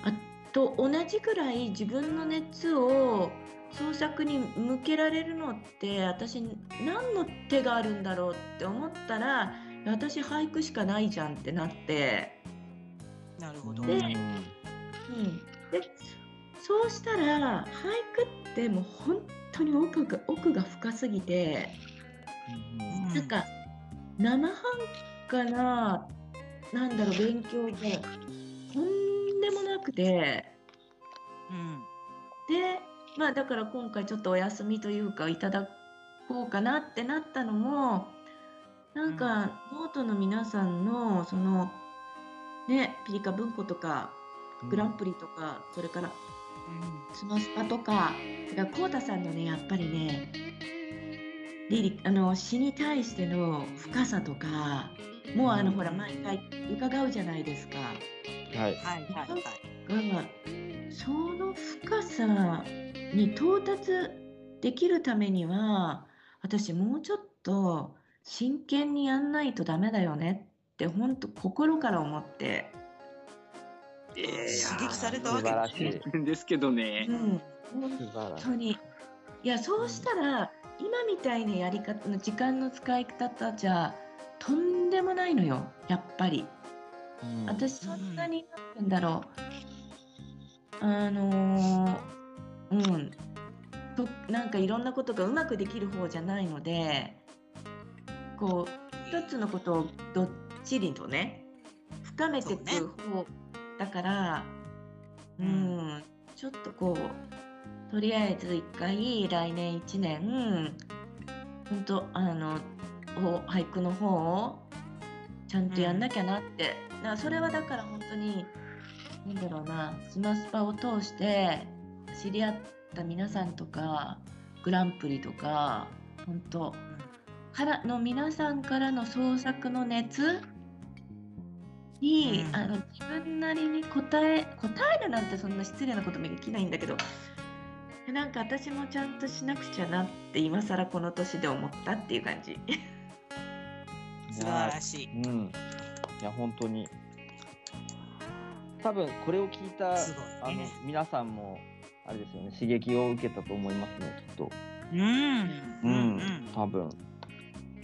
S3: あと同じくらい自分の熱を創作に向けられるのって私何の手があるんだろうって思ったら私俳句しかないじゃんってなって。
S1: うんなるほど。
S4: うん
S3: でそうしたら俳句ってもう本当に奥が奥が深すぎて、
S1: うん
S3: なんか生半可ななんだろう勉強もとんでもなくて
S1: うん
S3: でまあだから今回ちょっとお休みというかいただこうかなってなったのもなんかノートの皆さんのそのねピリカ文庫とかグランプリとか、それからスマスパとか、だからこうたさんのね、やっぱりね、リリあの詩に対しての深さとか、もうあの、
S4: うん
S3: ほら、毎回伺うじゃないですか。
S4: はい
S1: はいはいはい。
S3: が、その深さに到達できるためには、私もうちょっと真剣にやんないとダメだよねって、本当心から思って。
S2: いやー
S1: 刺激された
S4: 素
S1: わけ
S4: 晴らしい
S2: ですけどね
S3: う。ん
S4: 素晴らしい
S3: 本当にいやそうしたら今みたいなやり方の時間の使い方じゃとんでもないのよやっぱり
S4: うん
S3: 私そんなに何て言うんだろうあのーうんとなんかいろんなことがうまくできる方じゃないのでこう一つのことをどっちりとね深めていく
S1: そう
S3: 方だからう,、んちょっとこうとりあえず一回来年1年本当あのお俳句の方をちゃんとやんなきゃなって、なそれはだから本当になんだろうなスマスパを通して知り合った皆さんとかグランプリとか本当からの皆さんからの創作の熱に、
S1: うん
S3: あの自分なりに答え答えるなんてそんな失礼なこともできないんだけどなんか私もちゃんとしなくちゃなって今更この年で思ったっていう感じ。
S1: 素晴らしい。
S4: うんいや本当に多分これを聞いた
S1: すご
S4: あ
S1: い
S4: の
S1: ね。
S4: 皆さんもあれですよね刺激を受けたと思いますねきっと
S1: うん
S4: う、
S1: うんん
S4: 多分
S1: う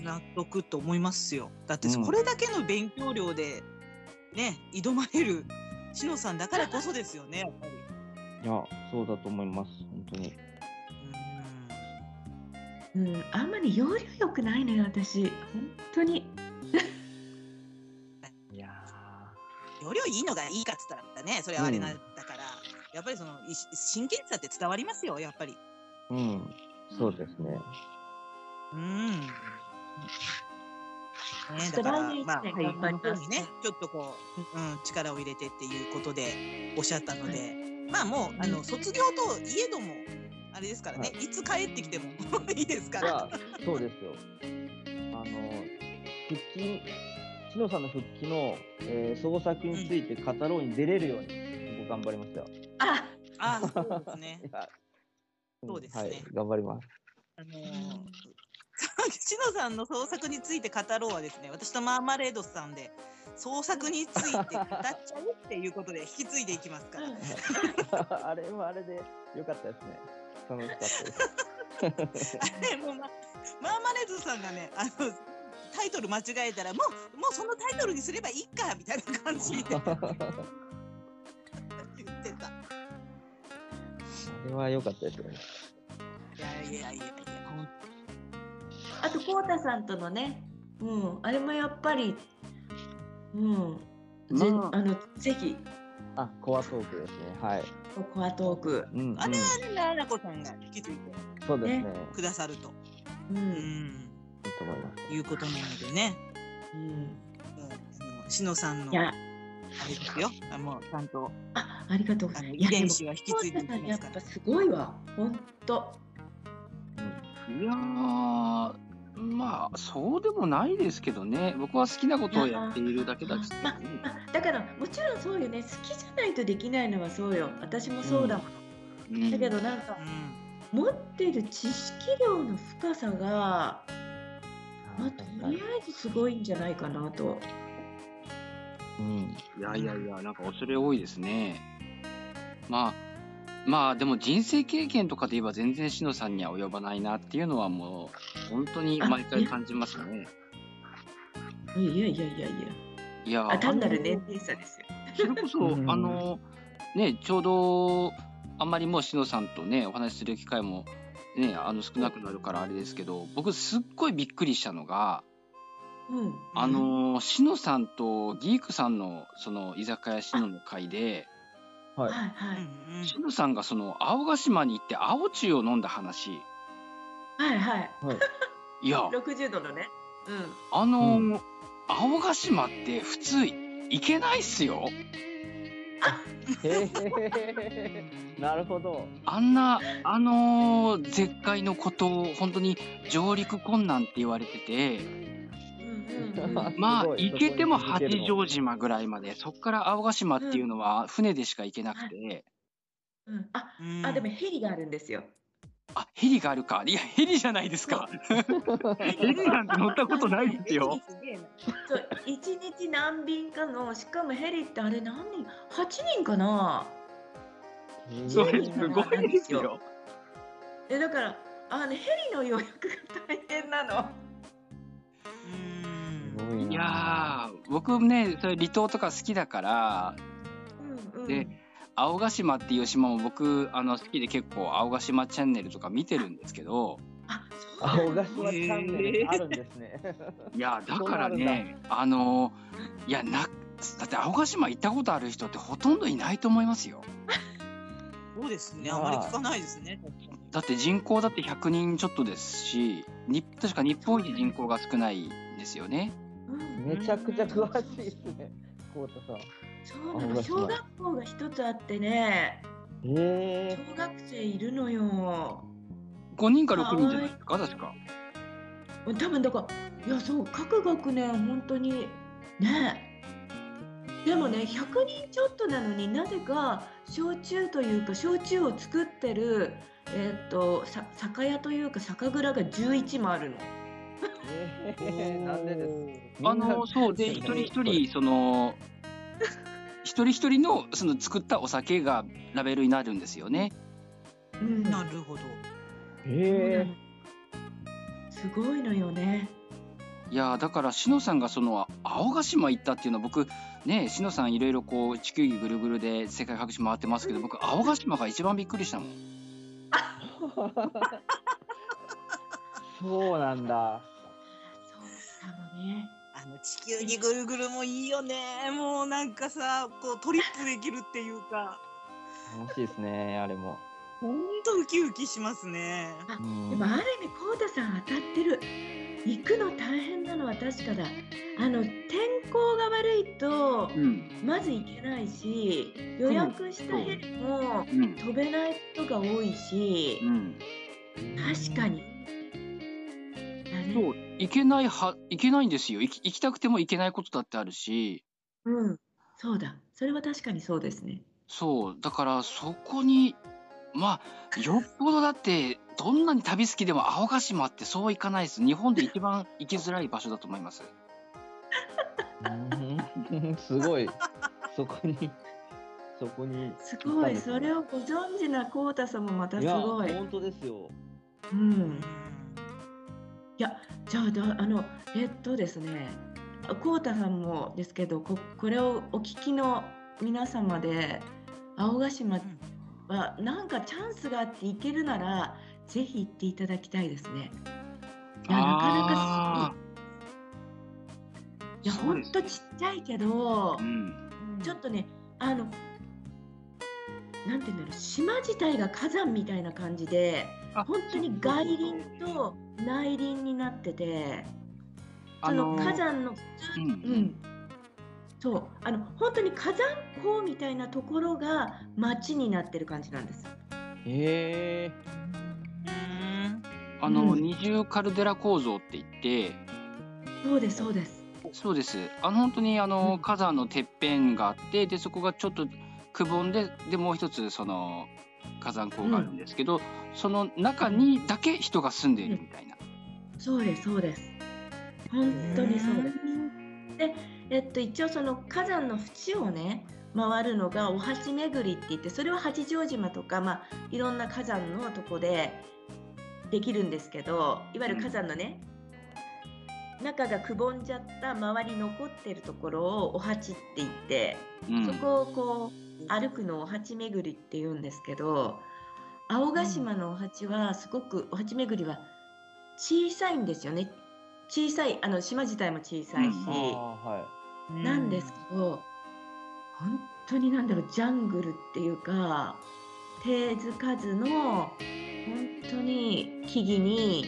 S1: ん。納得と思いますよ。だって
S4: うん
S1: これだけの勉強量でね挑まれるしのさんだからこそですよね。やっぱり。
S4: いやそうだと思います本当に
S3: うん、あんまり容量良くないのよ私本当に
S4: いや
S1: うん。容量いいのがいいかっつったらねそれはあれなんだから。やっぱりそのいし真剣さって伝わりますよやっぱり。
S4: うんそうですね
S1: うん。ね、
S3: ちょっと
S1: だから、
S3: 来年一
S1: まあ、
S3: 年頑張ります
S1: 俳句の方にね、ちょっとこう、うん、力を入れてっていうことでおっしゃったので、まあもう、あ
S3: う
S1: の、
S3: ん
S1: 卒業といえども、あれですからね、い、つ帰ってきても いいですか
S4: じゃ
S1: ら
S4: あ。そうですよあの復帰しのさんの復帰の、えー創作について語ろうに出れるように僕頑張りましたよ
S3: あ
S1: ああ、そうですね
S4: い。や
S1: そうです
S4: は
S1: ね
S4: い頑張ります
S1: あのー、しのさんの創作について語ろうはですね、私とマーマレードさんで、創作について語っちゃうっていうことで引き継いでいきますから。
S4: あれはあれで良かったですね。楽しかったです。
S1: あ れもうま、マーマレーズさんがね、あの、タイトル間違えたら、もう、もうそのタイトルにすればいいか、みたいな感じで言ってた。
S4: あれは良かったですよね。
S1: いやいやいやいや、
S3: あとコウタさんとのね、うん、あれもやっぱり、うん、ぜ
S2: まあ
S3: あのぜひ
S4: あ、コアトークですね。はい。
S3: コアトーク、
S4: うん、うん
S1: あれはね、ななこさんが引き継いで
S4: そうですね。
S3: ね
S1: くださると、
S3: う
S1: うんん、
S4: いいと思います。
S1: いうことなのでね、
S3: うん、
S1: もうあの篠さんの
S3: い
S1: あ
S3: や
S1: れですよ、あもうちゃんと
S3: あありがとうご
S1: あ
S3: ざい
S1: の
S3: ます。
S1: 遺伝子は引
S3: い
S1: き
S3: や
S1: 継
S3: で
S1: いで
S3: も
S1: い
S3: コウタ
S1: きま
S3: さんや
S1: すから
S3: っぱ。すごいわ、本当。
S2: いやーまあそうでもないですけどね僕は好きなことをやっているだけだし、ね
S3: まあまあ、だからもちろんそうよね好きじゃないとできないのはそうよ私もそうだもん、
S2: うん
S3: だけどなんか
S1: うん
S3: 持ってる知識量の深さが、まあ、とりあえずすごいんじゃないかなと
S4: うん。
S2: いやいやいやなんか恐れ多いですねまあまあでも人生経験とかで言えば全然しのさんには及ばないなっていうのはもう本当に毎回感じますね
S3: いやいやいやいやいや
S2: いや
S3: あ単なる
S2: あ
S3: 年
S2: の
S3: 齢差ですよ
S2: それこそ、
S4: うん
S2: あのねちょうどあんまりもうしのさんとねお話しする機会もねあの少なくなるからあれですけど僕すっごいびっくりしたのが
S3: うん
S2: あのしのさんとギークさんのその居酒屋しのの会で
S4: はい。
S3: はいは
S1: う
S3: い
S1: んうん
S2: しのさんがその青ヶ島に行って青中を飲んだ話
S3: はいはい
S4: はい。
S2: いや
S3: 60度のねうん
S2: あの、
S4: うん
S2: 青ヶ島って普通行けないっすよ
S4: へえ。 なるほど。
S2: あんなあの絶海のことを本当に上陸困難って言われてて
S3: うんうんう ん
S2: ますあ
S4: ごい
S2: 行けても
S4: そこに行け
S2: 八
S4: るの
S2: 丈島ぐらいまでそこから青ヶ島っていうのは船でしか行けなくて、
S3: うんあ
S1: うん
S3: あでもヘリがあるんですよ
S2: あヘリがあるかいやヘリじゃないですかヘリなんて乗ったことないですよ
S3: そう一日何便かのしかもヘリってあれ何人8人かな
S2: それ
S3: う
S2: すごいですよ
S3: えだからあのヘリの予約が大変なの。
S1: うん
S4: すごいな。
S2: いやー僕ねそれ離島とか好きだから
S3: うんうん、
S2: で青ヶ島っていう島も僕あの好きで結構青ヶ島チャンネルとか見てるんですけど
S3: あそうな
S4: 青
S3: んだ
S4: ヶ島チャンネルあるんですね。
S2: いやだから
S4: そうな
S2: ねあのいやなだって青ヶ島行ったことある人ってほとんどいないと思いますよ
S1: そうですね、
S4: まあ
S1: あまり聞かないですね。
S2: だって人口だって100人ちょっとですし日確か日本一人口が少ないんですよね
S3: うん
S4: めちゃくちゃ詳しいですね。コウタさん。
S3: そうな
S4: 青ヶ
S3: の
S4: 島
S3: 小学校が一つあってね
S4: へえ。
S3: 小学生いるのよ
S2: 5人か6人じゃないですか確か
S3: 多分だからいやそう各学年本当にねでもね100人ちょっとなのになぜか焼酎というか焼酎を作ってるえーっとさ酒屋というか酒蔵が11もあるの。
S4: えーなんでですか
S2: あのそうで一人一人その一人一人のその作ったお酒がラベルになるんですよね
S3: うん
S1: なるほど。
S4: へ
S3: すごいのよね。
S2: いやーだからしのさんがその青ヶ島行ったっていうのは僕ねしのさんいろいろこう地球儀ぐるぐるで世界各地回ってますけど僕青ヶ島が一番びっくりしたもん
S4: え。そうなんだ。
S3: そうかもね。
S1: あの地球にぐるぐるもいいよね。もうなんかさ、こうトリップできるっていうか、
S4: 楽しいですね、あれも。
S1: ほんとウキウキしますね。
S3: あ
S4: うん
S3: でもある意味コウタさん当たってる行くの大変なのは確かだあの天候が悪いと
S2: うん
S3: まず行けないし予約したヘリも
S2: うん
S3: 飛べない人が多いし
S2: うん
S3: 確かにだね
S2: そう行けないはいけないんですよ行き行きたくても行けないことだってあるし
S3: うんそうだそれは確かにそうですね
S2: そうだからそこにまあよっぽどだってどんなに旅好きでも青ヶ島ってそう行かないです日本で一番行きづらい場所だと思います
S4: うんすごい。そこに。そこに。
S3: すごいそれをご存知なコウタさんもまた
S4: い
S3: す
S4: や、
S3: ごい
S4: 本当ですよ。
S1: う
S3: う
S1: んん
S3: いやじゃあだあのえっとですねこうたさんもですけどここれをお聞きの皆様で青ヶ島はなんかチャンスがあって行けるならぜひ行っていただきたいですね。やなかな
S2: あ
S3: かいや
S2: そ
S3: ほ
S2: うで
S3: ん
S2: す
S3: とちっちゃいけど
S2: ーうん
S3: ちょっとねあのなんて言うんだろう島自体が火山みたいな感じで
S2: あ
S3: 本当に外輪と内輪になってて
S2: あ
S3: その
S2: の
S3: 火山の
S2: うんう
S3: う
S2: ん
S3: ん、そうあの本当に火山港みたいなところが町になってる感じなんです。
S4: へえ。
S2: あの
S3: うん
S2: 二重カルデラ構造って言って
S3: そうですそうです。
S2: そうですあの本当にあ
S3: う
S2: の
S3: ん
S2: 火山のてっぺんがあってでそこがちょっとくぼんででもう一つその火山口があるんですけど、その中にだけ人が住んでいるみたいな。
S3: そうですそうです。本当にそうです。で、えっと一応その火山の縁をね回るのがお橋巡りって言ってそれは八丈島とかまあいろんな火山のとこでできるんですけどいわゆる火山のね、中がくぼんじゃった周り残ってるところをお鉢って言って
S2: うん
S3: そこをこう歩くのをお鉢巡りって言うんですけど青ヶ島のお鉢はすごくお鉢巡りは小さいんですよね小さいあの島自体も小さいし、
S2: うん
S4: ああはい。
S3: なんですけど本当になんだろうジャングルっていうか手つかずの本当に木々に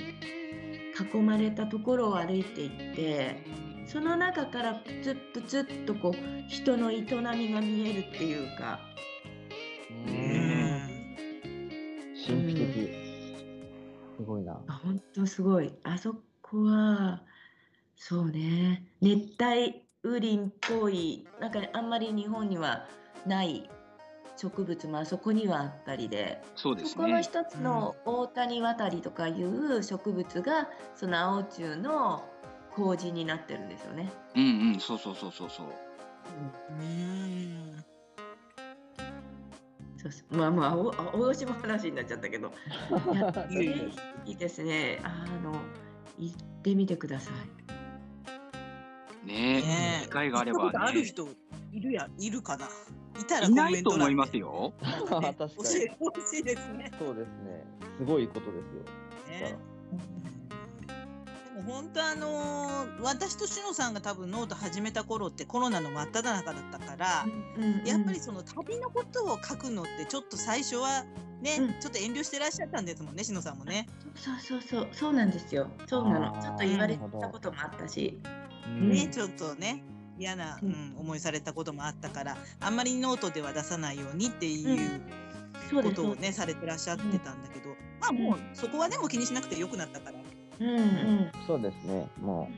S3: 囲まれたところを歩いていってその中からプツップツッとこう人の営みが見えるっていうか
S4: う。
S1: うんん
S4: 神秘的。すごいな。
S3: あ本当すごいあそこはそうね熱帯雨林っぽいなんかあんまり日本にはない植物もあそこにはあったりで
S2: そうです
S3: そこの
S2: ね。
S3: 一つの大谷渡りとかいう植物がその青虫の麹になってるんですよね。
S2: うんうん、そうそうそうそうそう。
S1: うん
S3: そうそうまあまあ青青島話になっちゃったけどいや
S1: いいよいいよ
S3: いいですねあの行ってみてください。
S2: ね
S1: ね
S2: え、機会があれば、
S1: 行ったことある
S2: ね。
S1: 人いるやいるかな。いたら
S2: い
S1: コ
S2: な
S1: メ
S2: い
S1: ン
S2: と
S1: ト
S2: 思い
S1: 欄
S2: ます
S1: で。
S2: よ。
S1: なん
S4: 確
S1: か
S4: か
S1: ね
S4: に
S1: 教。えてほしいですね。
S4: そうですね。すごいことですよ。
S1: ねでも本当あのー私としのさんが多分ノート始めた頃ってコロナの真っ只中だったから、やっぱりその旅のことを書くのってちょっと最初はね、
S3: うん
S1: ちょっと遠慮してらっしゃったんですもんねしのさんもね。
S3: そうそうそうそうなんですよそうな
S4: あー
S3: のちょっと言われ
S4: なるほど
S3: たこともあったし
S4: うん
S1: ねちょっとね嫌な、う
S3: うん
S1: ん、思いされたこともあったからあんまりノートでは出さないようにっていう。
S3: うんそう
S1: こ
S3: です
S1: と
S3: そ
S1: を
S3: うで
S1: ね
S3: す
S1: されてらっしゃってたんだけど、まあもうそこはねもう気にしなくてよくなったから、
S3: うんうん
S4: そうですね。も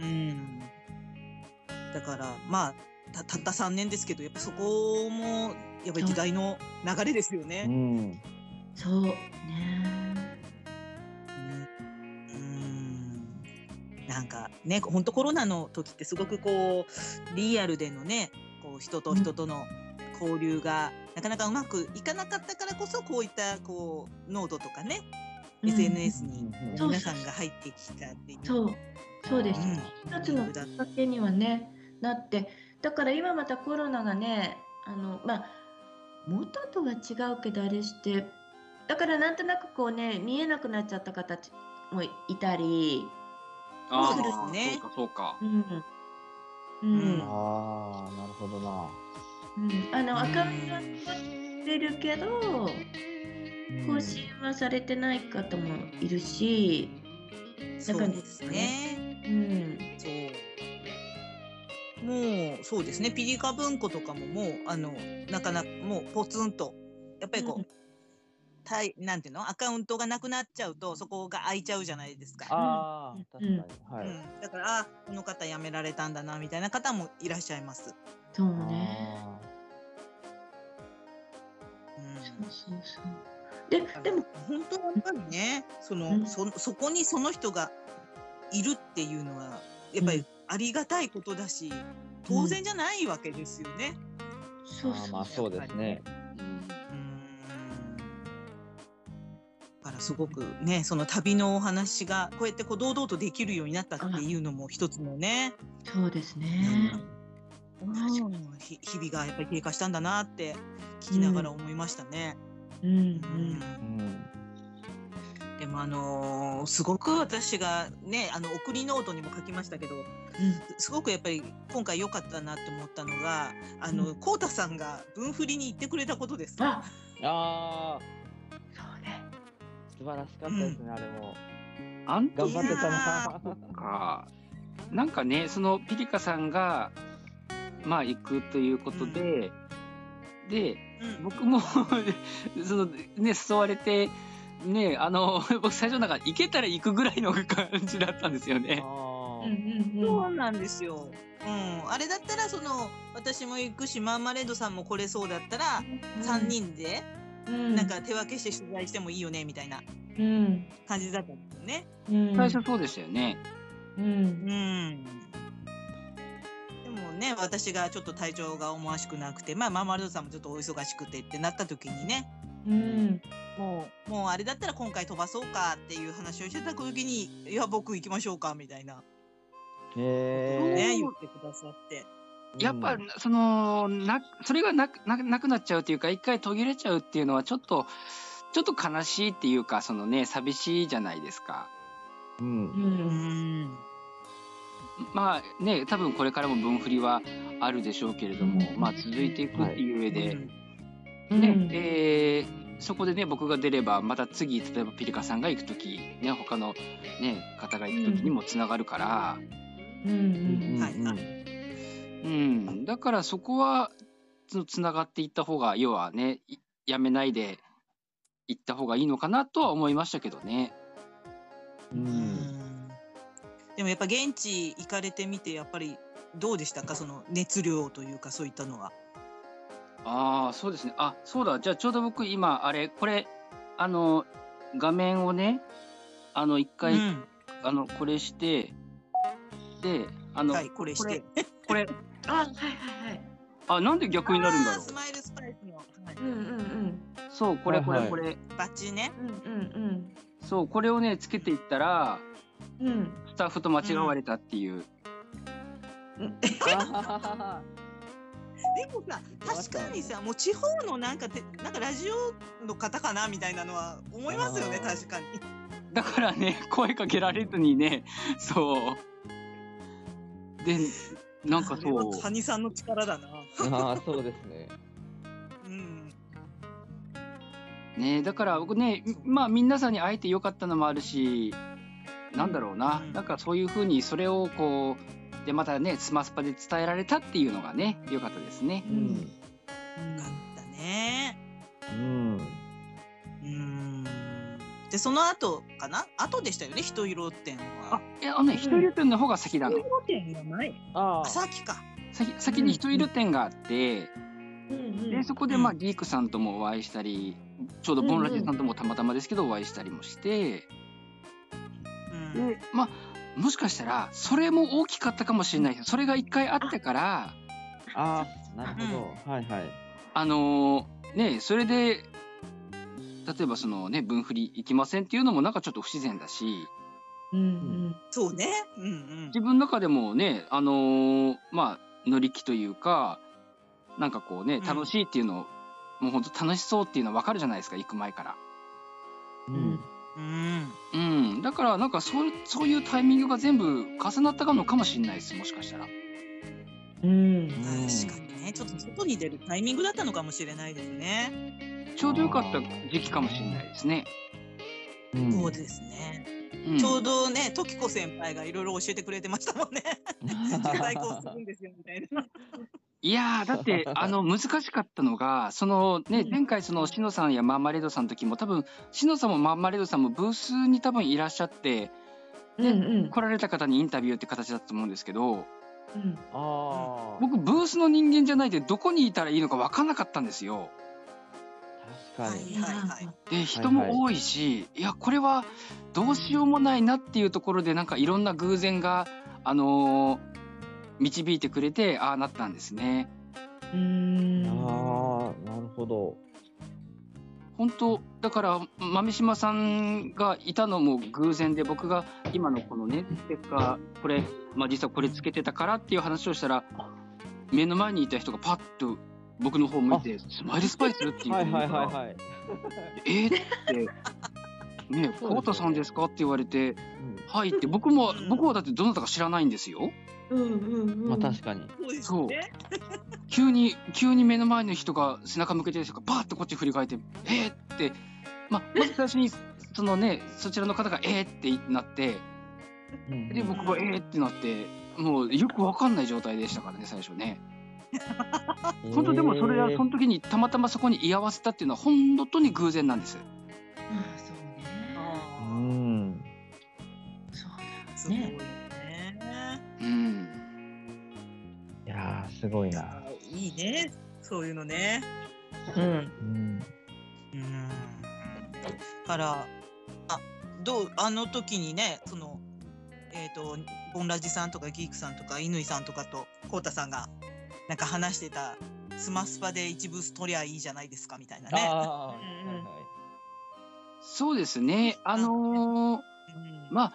S1: うん、だからまあたたった3年ですけどやっぱそこもやっぱり時代の流れですよ
S4: う。う
S1: ね。
S4: ん。
S3: そうね
S1: うんなんかね本当コロナの時ってすごくこうリアルでのねこう人と人との交流がなかなかうまくいかなかったからこそこういったこうノードとかね、
S3: うん
S1: SNS に
S3: そう
S1: 皆さんが入ってきたっていう。
S3: そうそうです
S1: うん
S3: 一つのきっかけにはねなってだから今またコロナがねあのまあ元とは違うけどあれしてだからなんとなくこうね見えなくなっちゃった方もいたり
S2: あ
S1: そう
S2: あ、
S1: ですね
S2: そうかそうか。
S3: うんうん
S4: ああ、なるほどな。
S3: うんあのアカウントは作ってるけど
S4: う
S3: 更
S4: ん
S3: 新はされてない方もいるし、
S1: そうですね。
S3: うん、
S1: そう。もうそうですね。ピリカ文庫とかももうあのなかなかもうポツンとやっぱりこう、
S3: うん
S1: たいなんていうのアカウントがなくなっちゃうとそこが空いちゃうじゃないですか。
S4: ああ、確か
S3: うん
S4: に。は
S1: う
S4: い。
S1: ん、だからあこの方辞められたんだなみたいな方もいらっしゃいます。
S3: そうね。
S4: あ
S1: うん
S3: そうそうそう。で、でも、
S1: 本当はやっぱりねその、
S3: うん
S1: そそこにその人がいるっていうのはやっぱりありがたいことだし、当然じゃないわけですよね。
S3: そう
S4: ーあー、ま
S3: そ
S4: あ
S3: う
S4: そうですね。
S2: うん
S1: うんだからすごくねその旅のお話がこうやってこう堂々とできるようになったっていうのも一つのね、
S3: そうです
S1: なん
S3: ね
S1: か。
S3: 確か
S1: ひ日々がやっぱり経過したんだなって聞きながら思いましたね。
S3: うん、う
S1: うん
S3: ん、
S4: うん。
S1: でもあのーすごく私がねあの送りノートにも書きましたけど、すごくやっぱり今回良かったなと思ったのがあのコウタさんが分振りに行ってくれたことです。
S3: あ
S4: ああ、
S3: そうね
S4: 素晴らしかったですね、あれも。
S2: あん
S4: 頑
S2: 時
S4: 張ってた
S1: い
S4: な。
S2: かなんかねそのピリカさんがまあ行くということで、で
S1: うん
S2: 僕も そのね誘われてねあの 僕最初なんか行けたら行くぐらいの感じだったんですよね。
S4: あ
S3: う
S4: ー
S3: んうんうん
S1: そうなんですよ。うん、あれだったらその私も行くしマーマレードさんも来れそうだったら3人で
S3: うん
S1: なんか手分けして取材してもいいよねみたいな
S3: うん
S1: 感じだったんですよね。
S3: うん
S2: 最初そうでしたよね。
S3: うん
S1: うん。でもね私がちょっと体調が思わしくなくて、まあ、マーマレードさんもちょっとお忙しくてってなった時にね
S3: うん
S1: もうもうあれだったら今回飛ばそうかっていう話をしてた時に「いや僕行きましょうか」みたいな
S4: へえ。
S1: ね言ってくださって。
S2: やっぱそのなそれがなくなくなくなっちゃうというか一回途切れちゃうっていうのはちょっとちょっと悲しいっていうかそのね寂しいじゃないですか。
S4: う。
S3: うん
S1: うんん
S2: まあね多分これからも分振りはあるでしょうけれども、まあ、続いていくっていう上で、
S3: うん
S2: ねえーそこでね僕が出ればまた次例えばピリカさんが行く時、ね、他の、ね、方が行く時にもつながるから、
S3: うんうん
S1: はい
S4: うんうん
S2: うんだからそこはつつながっていった方が要はねいやめないで行った方がいいのかなとは思いましたけどね。
S4: うん
S1: でもやっぱ現地行かれてみてやっぱりどうでしたかその熱量というかそういったのは。
S2: ああそうですねあそうだじゃあちょうど僕今あれこれあの画面をねあの一回、
S1: うん
S2: あのこれしてであの、
S1: はい、これして。
S2: これ
S3: あはいはいはい
S2: あなんで逆になるんだ
S1: あー
S2: ろう
S1: スマイルスパイスの、はい、
S3: うんうんうん
S2: そうこれこれ
S4: はいはい
S2: これ、
S1: バッチね。
S3: うんうん
S2: そうこれをねつけていったら
S3: うんうん
S2: スタッフと間違われたっていう、
S4: あ
S1: でもさ確かにさもう地方のなんかてなんかラジオの方かなみたいなのは思いますよね
S4: あー
S1: 確かに。
S2: だからね 声かけられずにねそうでなんかそ
S1: れは
S2: う
S1: カニさんの力だな。
S4: ーあー、そうですね。
S1: うん。
S2: ねだから僕ねまあ皆さんに会えてよかったのもあるしなんだろうな、
S1: うん
S2: なんかそういうふうにそれをこうでまたねスマスパで伝えられたっていうのがねよかったですね。
S4: う。
S1: よかったね。
S4: うん。
S1: うん。でその後かな後でしたよね人色店
S2: あ
S1: は。
S2: いやあのね一人店の方が先なの、
S1: 店がない。
S4: あ
S1: あ
S4: あ。
S1: 先か。
S2: 先先に一人店があって、
S3: うんうん
S2: でそこでまあギークさんともお会いしたりちょうどボンラジさんともたまたまですけどお会いしたりもして、
S1: うん。
S2: でまあもしかしたらそれも大きかったかもしれないですそれが一回あったから
S4: ああ、なるほど。はいはい。
S2: あのーねそれで例えばそのね分振り行きませんっていうのもなんかちょっと不自然だし
S3: うん
S1: そうね。うん
S2: 自分の中でもねあのーまあ乗り気というかなんかこうね
S1: うん
S2: 楽しいっていうのを、もう本当楽しそうっていうの分かるじゃないですか行く前から。
S4: うん。
S1: うん。うん。
S2: うん、だからなんかそうそういうタイミングが全部重なったかのかもしれないですもしかしたら。
S3: うんうん
S1: 確かにね。ちょっと外に出るタイミングだったのかもしれないですね。
S2: ちょうどよかった時期かもしれないですね。
S4: うん
S1: そうですね。
S2: うん、
S1: ちょうどね、時子先輩がいろいろ教えてくれてましたもんね。宿題こうするんですよみたいな。
S2: いやーだって あの難しかったのがそのね
S3: うん
S2: 前回そのしのさんやマーマレードさんの時も多分しのさんもマーマレードさんもブースに多分いらっしゃって
S3: うんうん
S2: 来られた方にインタビューって形だったと思うんですけど
S3: うん
S4: ああ。
S2: 僕ブースの人間じゃないでどこにいたらいいのか分かんなかったんですよ。
S4: 確かに。
S1: はいはい
S2: で人も多いし、いやこれはどうしようもないなっていうところでなんかいろんな偶然が、あのー導いてくれてああなったんですね。
S3: うーん
S4: ああ、なるほど。
S2: 本当だから豆島さんがいたのも偶然で僕が今のこのねステッカーこれ、まあ、実はこれつけてたからっていう話をしたら目の前にいた人がパッと僕の方向いて「スマイルスパイス?」って言
S4: は
S2: う
S4: いはいはい
S2: から
S4: はい。
S2: えーってね、
S4: すよね
S2: コウタさんですかって言われて、
S4: う
S2: はいって、僕も、僕はだってどなたか知らないんですよ。
S3: うんうんうん
S4: ん、まあ確かに。
S1: そうです
S2: そう
S1: ね。
S2: 急に、急に目の前の人が背中向けてる人がバーってこっち振り返って、えー、って、まあ、まず最初に、そのね、そちらの方がえーってなって、
S4: うん
S2: で、僕がえーってなって、もうよくわかんない状態でしたからね、最初ね。本当でもそれは
S4: えー
S2: その時にたまたまそこに居合わせたっていうのは本当に偶然なんです。
S3: ああそうね
S4: う
S1: あ
S4: ん。
S3: そう
S1: ー
S3: だ
S1: すごい
S3: ね
S1: ね。
S2: うん。
S4: いやーすごいな。
S1: いいね。そういうのね。
S3: うん
S4: うん。
S1: うん。から、あ、どう、あの時にね、その、えっ、と、ボンラジさんとかギークさんとか、乾さんとかと、コウタさんが、なんか話してた、スマスパで一ブース取りゃいいじゃないですか、みたいなね。
S4: ああ
S3: うんうん
S2: そうですね。あのー
S1: うん
S2: まあ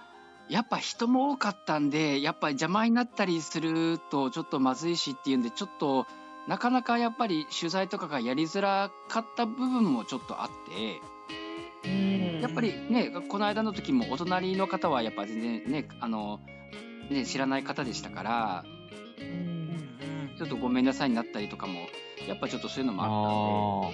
S2: やっぱ人も多かったんでやっぱり邪魔になったりするとちょっとまずいしっていうんでちょっとなかなかやっぱり取材とかがやりづらかった部分もちょっとあって。
S3: うん
S2: やっぱりね、この間の時もお隣の方はやっぱ全然ね、あの、ね、知らない方でしたから、
S1: うんうん
S2: ちょっとごめんなさいになったりとかも、やっぱちょっとそういうのもあっ
S4: あ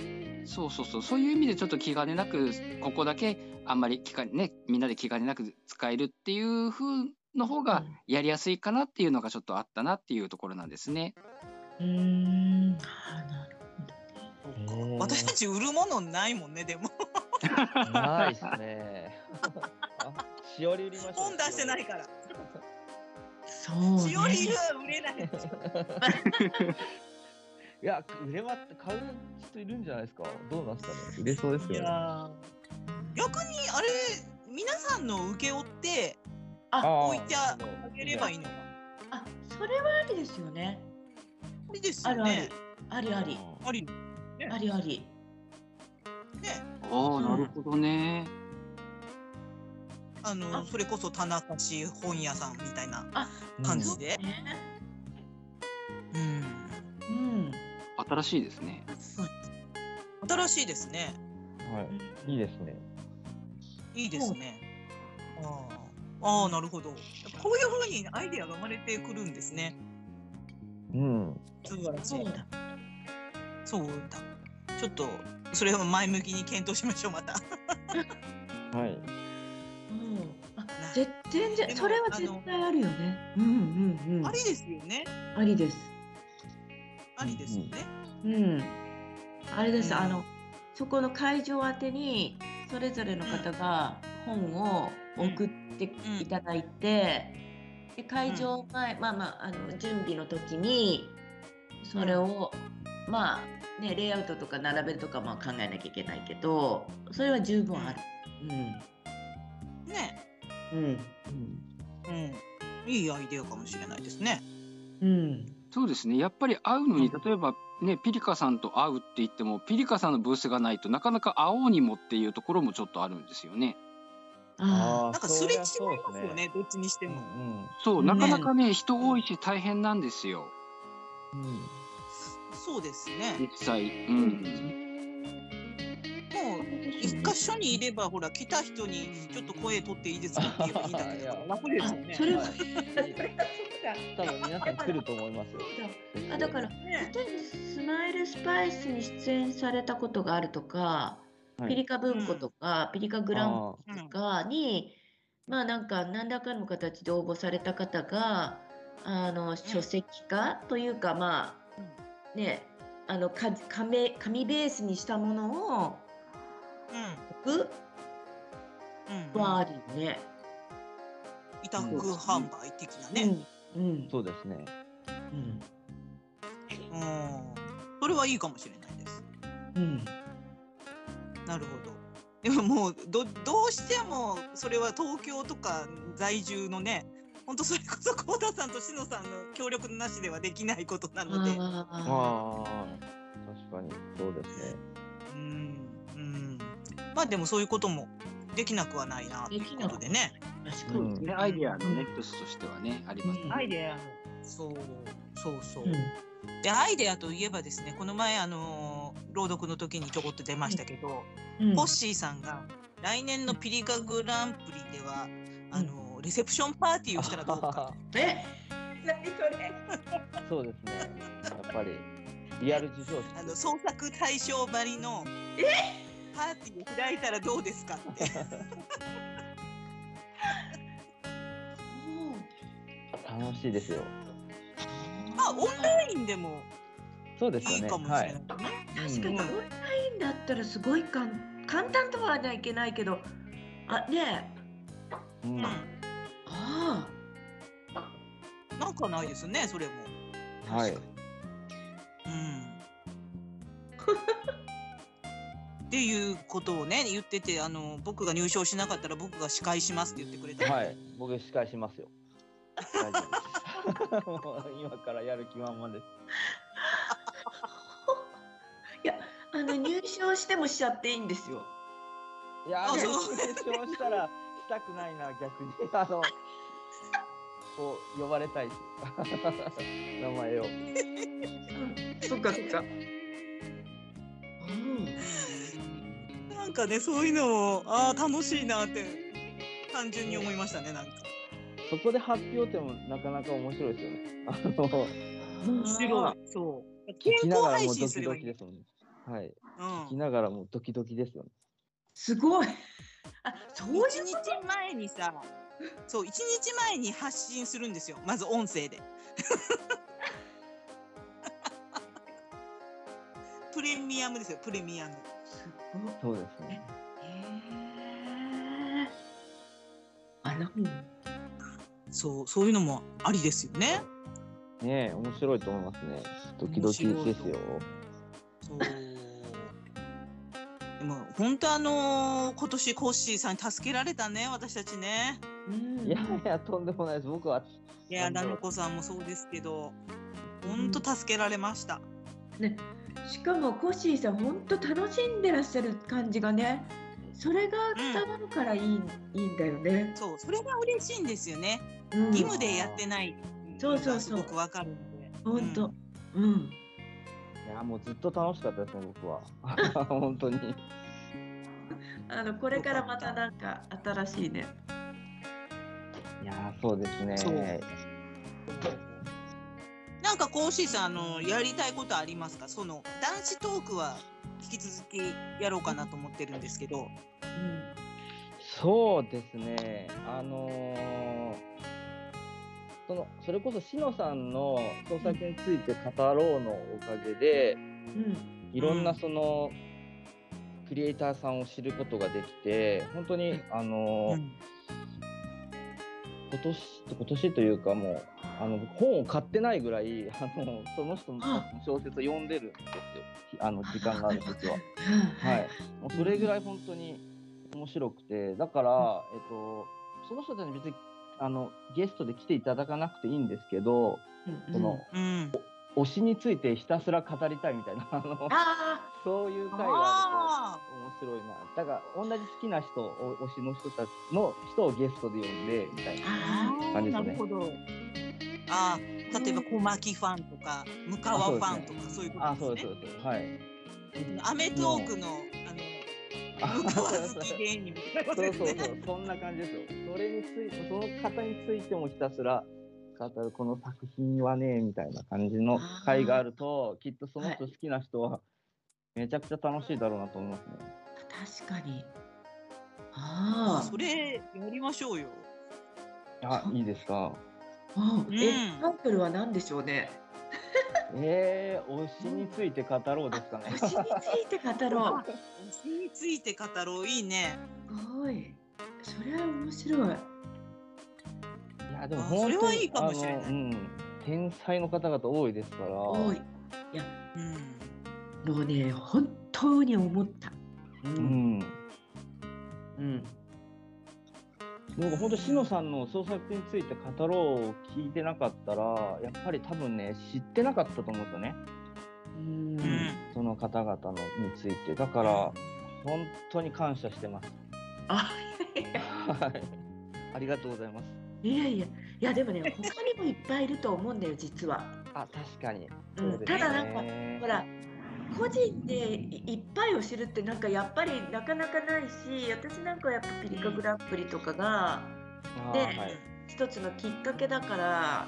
S2: たんで、そうそうそう、そういう意味でちょっと気兼ねなく、ここだけあんまり気兼ね、みんなで気兼ねなく使えるっていう風の方がやりやすいかなっていうのがちょっとあったなっていうところなんですね。
S3: うんああなるほど
S4: ーへー
S1: 私たち売るものないもんね、でも。
S4: ないっすね。 あしおり売りましょう。
S1: 本出してないから。
S3: そう
S1: しおり
S3: ね
S1: は売れない。
S4: いや、売れまって買う人いるんじゃないですか。どうなんですかね。売れそうです
S1: い
S4: よ
S1: や
S4: ね。
S1: ー逆にあれ皆さんの請け負って
S4: あ
S1: 置いてあ
S4: あ
S1: げればいいのか
S3: あそれはありですよね
S1: あれですよね
S3: ありあり
S1: ありね
S3: ありあり
S2: おお、
S3: うん
S2: なるほどね。
S1: あの
S3: あ
S1: それこそ棚貸し本屋さんみたいな感じで
S3: ね
S1: うん
S3: うん
S2: 新しいですね。
S1: 新しいですね
S4: はい。いいですね。
S1: いいですねあーあーなるほどこういうふうにアイデアが生まれてくるんですね
S4: うん。
S1: 素晴らし
S3: そ
S1: いう
S3: だ
S1: そうだちょっとそれを前向きに検討しましょうまた
S4: はい。
S3: うんあぜ全
S1: で
S3: 然
S1: も
S3: それは絶対あるよねうんうんうん
S1: ありですよね
S3: ありです
S1: ありですよね
S3: うんあれです、
S1: うん
S3: あのそこの会場宛てにそれぞれの方が本を送っていただいて、で会場前、まあまああの準備の時にそれを、まあねレイアウトとか並べるとかも考えなきゃいけないけどそれは十分ある。
S1: ね
S3: うんうん
S1: うん、いいアイデアかもしれないですね。
S3: うん
S2: そうですね。やっぱり会うのに、例えばね、ピリカさんと会うって言っても、ピリカさんのブースがないとなかなか会おうにもっていうところもちょっとあるんですよね。
S3: あ
S4: ー
S1: なんかすれ違いま
S4: そ
S1: す
S4: り
S1: よ
S4: ゃそう
S1: ね、
S4: ですね。
S1: どっちにして
S4: う
S1: も。
S4: ん
S2: そう、
S3: ね
S2: なかなかね、人多いし大変なんですよ。
S4: うん。うん
S1: そうですね。
S2: 実際。うん。
S1: もう一箇所にいれば、ほら、来た人にちょっと声取っていいですかって言えばいいだけだから。楽ですよね。
S3: あそれは
S4: はい
S3: あ、それはそうだ
S4: 多分皆さん来ると思いますよ。
S3: そうだあだから
S1: ね
S3: 例えばスマイルスパイスに出演されたことがあるとか、
S4: はい
S3: ピリカ文庫とか、ピリカグラン
S4: あ
S1: うん
S3: プとかに、まあなんか何らかの形で応募された方があの書籍化というかまあねあのか紙紙ベースにしたものを置
S1: うん、
S3: くはあるよね。
S1: 委託販売的なね。
S3: うんうん
S4: ーそうですね。
S3: うん
S1: うん、それはいいかもしれないです。
S3: うん
S1: なるほど。でももうどどうしてもそれは東京とか在住のね本当それこそ幸田さんと志乃さんの協力なしではできないことなので
S3: あ
S4: ああ。確かにそうですね。
S1: うんうんまあでもそういうこともできなくはないなということでね
S3: ー確か
S4: う
S3: に
S4: ん。
S2: ね、アイディアのね、一つとしてはね、あります。
S3: うん
S1: アイデアそうそうそう、
S3: うん
S1: でアイデアといえばですねこの前あのー朗読の時にちょこっと出ましたけど、
S3: うん
S1: ポッシーさんが来年のピリカグランプリでは、あの、レセプションパーティーをしたらどうか。
S3: え何それ
S4: そうですね。やっぱり、リアル授賞
S1: あ
S4: 式
S1: の、創作対象ばりの、パーティーを開いたらどうですか って。
S4: 楽しいですよ。
S1: あ、オンラインでも
S4: そうです
S1: い
S4: よ
S1: い
S4: ね。
S1: かもし
S4: は
S1: れない
S4: い。
S1: ね。
S3: 確かに
S4: うん
S3: オンラインだったらすごいかん簡単とはないけないけどあねえ
S4: うん
S1: うん
S3: あ
S1: なんかないですね、それも。
S4: はい
S1: 確かに。 うん。っていうことをね、言ってて、あの、僕が入賞しなかったら、僕が司会しますって言ってくれた。
S4: はい。僕、司会します よ。大丈夫ですもう今からやる気満々です。
S3: ああの入賞してもしちゃっていいんですよ
S4: いや
S1: あ
S4: ー、でも
S1: そう
S4: 決勝したら、したくないな、逆に。 あの、こう、呼ばれたいし。 名前を。
S3: そっかそっかうん
S1: なんかね、そういうのを、ああ、楽しいなって、単純に思いましたね、なんか。
S4: そこで発表ってもなかなか面白いですよね。あの、
S3: 面白い。
S1: そう。健
S4: 聞きな
S1: 康
S4: がら
S1: 配
S4: もド
S1: 信す
S4: キ
S1: れば
S4: ド
S1: いい。
S4: キですもんね。はい。
S1: う
S4: 聞き
S1: ん。
S4: ながらもドキドキですよね。
S3: すごいあそういうこ
S1: 一日前にさ、そう、一日前に発信するんですよ。まず音声で。 プレミアムですよ、プレミアム。
S3: とすごい
S4: そうですね。
S3: へえあの
S1: そう、そういうのもありですよね。
S4: ねえ、面白いと思いますね。ドキドキですよ。
S1: そう。でも、本当あのー今年コッシーさんに助けられたね、私たちね。
S3: うん
S4: いやいや、とんでもないです。僕は、
S1: いや、
S4: 本当
S1: なめこさんもそうですけど、本当助けられました。
S3: ね、しかもコッシーさん本当楽しんでらっしゃる感じがねそれが伝わるからいい,、いいんだよね。
S1: そう、それが嬉しいんですよね。
S3: うん、
S1: 義務でやってない。
S3: そうそうそう
S1: すごくわかるので。
S3: 本
S1: う
S3: 当
S1: ん、
S3: うん、
S4: いや、もうずっと楽しかったですね、僕は。 本当に。
S3: あのこれからまたなんか新しいね。
S4: いやー、そうですね。
S1: そうなんかコッシーさん、あのやりたいことありますか。その男子トークは引き続きやろうかなと思ってるんですけど。
S4: そうですね。あのーそのそれこそしのさんの創作について語ろうのおかげで、
S3: うん、
S4: いろん
S1: う
S4: なんその、クリエイターさんを知ることができて、本当に、あのー
S1: うん
S4: 今年今年というかもうあの本を買ってないぐらいあのその人の
S3: あ
S4: 小説を読んでるんですよあの時間がある時は。
S3: は
S4: はいい、もうそれぐらい本当に面白くてだから、えっと、その人たちに別にあのゲストで来ていただかなくていいんですけど
S3: うん
S4: その、
S1: うん。
S4: 推しについてひたすら語りたいみたいなあの
S3: あ
S4: そういう会がある
S1: あ
S4: と面白いなだから同じ好きな人を推しの人たちの人をゲストで呼んでみたい
S1: ー
S3: ー。
S4: な
S3: あ
S1: あー、
S4: 感じですね
S1: なるほど。ああ、例えば小牧ファンとか、向川ファンとか、そういうこ
S4: あそ
S1: と
S4: う
S1: でね。
S4: ですすそうですはい。
S1: アメトークの、あの、向川好き芸人みたいなこと
S4: そう
S1: です
S4: そう
S1: ね。
S4: そう、そんな感じですよ。それについて、その方についてもひたすら語る、この作品はね、みたいな感じの回があると、きっとその人好きな人は、めちゃくちゃ楽しいだろうなと思いますね。
S3: ー確かに。
S1: あ
S3: あ
S1: それ、やりましょうよ。
S4: あ、いいですか。
S3: あ、う
S1: う
S3: ん、え
S1: ん
S3: タイトルは何でしょうね。
S4: ええ推しについて語ろうですかね。
S3: 星 について語ろ う。
S1: 推しについて語ろう、いいね。
S3: すごい。それは面白い。
S4: いや、でも
S1: あ
S4: 本当に
S1: それはいいかもしれない
S4: あのうん、天才の方々多いですから。
S3: 多い。
S1: うん。
S3: もうね、本当に思った。う。
S4: うんん。
S3: うん。
S4: 僕本当しのさんの創作について語ろうを聞いてなかったらやっぱり多分ね知ってなかったと思うんですよね、
S3: うん
S4: その方々のについてだから本当に感謝してます
S3: あ、
S4: はいありがとうございます
S3: いやいや、いやでもね、他にもいっぱいいると思うんだよ、実は。
S4: あ確かに
S3: うん、ただなんか、ほら、個人でいいっぱいを知るってなんかやっぱりなかなかないし私なんかはやっぱピリカグランプリとかが
S4: あ
S3: で
S4: ーはい
S3: 一つのきっかけだから、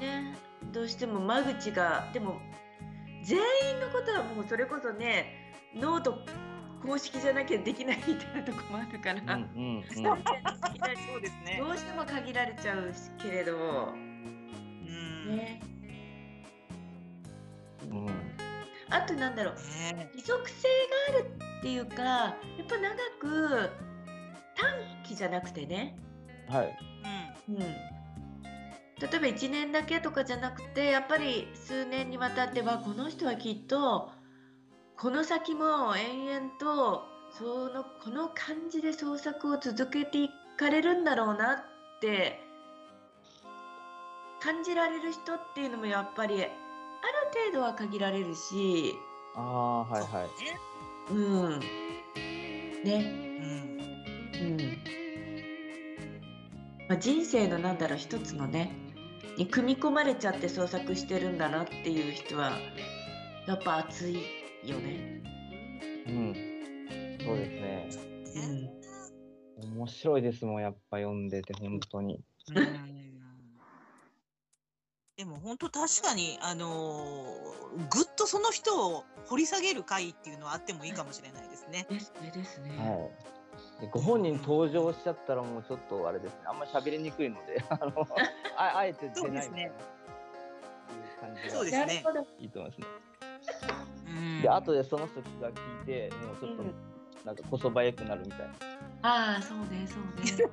S3: ね、どうしても間口がでも全員のことはもうそれこそねノート公式じゃなきゃできないみたいなとこもあるか
S4: うん
S3: ら、
S4: うん
S3: そううんじゃなきゃできない
S1: そうですね
S3: ど。うしても限られちゃうけれど、
S1: うん。ね
S3: ね、
S4: うん
S3: あとなんだろう規則性があるっていうかやっぱ長く短期じゃなくてね、
S4: はい
S3: うん、例えば1年だけとかじゃなくてやっぱり数年にわたってはこの人はきっとこの先も延々とそのこの感じで創作を続けていかれるんだろうなって感じられる人っていうのもやっぱりある程度は限られるし。
S4: ああはいはい
S3: うん。
S1: う
S3: ね。
S1: ん。うん。
S3: うん。まあ、人生のなんだろう一つのね、に組み込まれちゃって創作してるんだなっていう人は、やっぱ熱いよね。
S4: うんそうですね
S3: うん。
S4: 面白いですもんやっぱ読んでて本当に
S1: うんでも本当確かに、あのーぐっとその人を掘り下げる会っていうのはあってもいいかもしれないですね。
S3: ですね、ですね。
S4: はいでご本人登場しちゃったらもうちょっとあれですねあんまり喋りにくいので あのああえて出ないみたいないう感じが
S1: そうです
S3: な
S1: ね
S3: るほど。
S4: いいと思いますね
S1: うん
S4: で後でその人が聞いてもうちょっと
S3: うん
S4: なんかこそばゆくなるみたい
S3: ああ、そうね、そうね。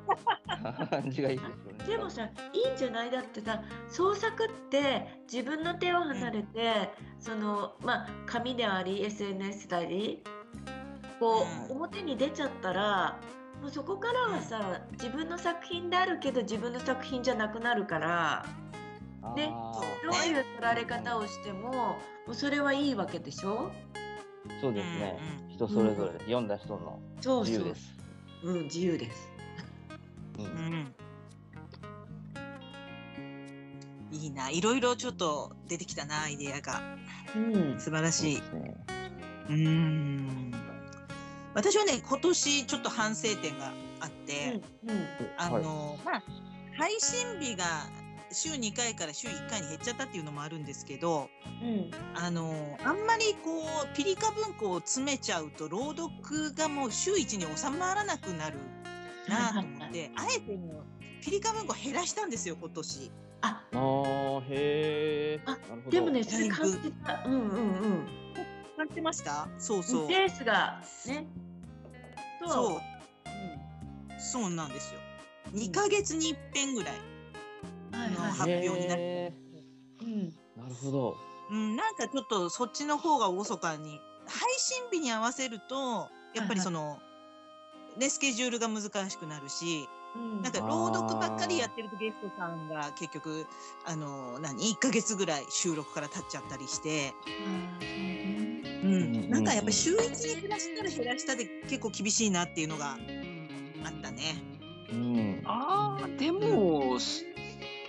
S4: な感じがいいですよね
S3: でもさ、いいんじゃないだってさ、創作って自分の手を離れて、その、まあ、紙であり、SNS であり、こ
S1: う
S3: う、
S1: ん
S3: 表に出ちゃったら、もうそこからはさ、自分の作品であるけど自分の作品じゃなくなるから、
S4: あー
S3: ねどういう取られ方をしても、もうそれはいいわけでしょ
S4: そうですね人それぞれ読んだ人の
S3: そう
S4: 自
S3: そ
S4: 由
S3: う。
S4: です
S3: うん、自由です。
S4: うん
S1: うんうんいいな、いろいろちょっと出てきたな、アイデアが。
S3: うん。
S1: 素晴ら
S4: そ
S1: し
S4: うで
S1: い。
S4: すね
S1: うん。私はね、今年ちょっと反省点があって、
S3: うん。
S1: あ
S4: はい
S1: の、まあ、配信日が週2回から週1回に減っちゃったっていうのもあるんですけど、
S3: うん。
S1: あの、あんまりこう、ピリカ文庫を詰めちゃうと、朗読がもう週1に収まらなくなるなと思って、あえてもう、ピリカ文庫減らしたんですよ、今年。
S3: あ、
S4: あーへえ
S3: あでもね、そ
S1: だ
S3: れ
S1: いぶ
S3: 感じた。うんうんうん。
S1: 感じてましたそうそう。
S3: ペースがね。とは
S1: そう
S3: 思。
S1: そうなんですよ。2ヶ月に一遍ぐらい。
S3: うん。はい
S1: の
S3: は
S1: 発表になる
S4: へ
S3: い。うん。
S4: ーなるほど
S1: うん、なんかちょっとそっちの方が厳かに配信日に合わせるとやっぱりその、ね、スケジュールが難しくなるし
S3: うん。
S1: なんか朗読ばっかりやってるとゲストさんが結局あの何1ヶ月ぐらい収録から経っちゃったりして、
S3: あーそうね
S1: うん
S4: うん
S1: なんかやっぱり週1に減らしたら減らしたで結構厳しいなっていうのがあったね。
S4: うん
S2: あーでも、す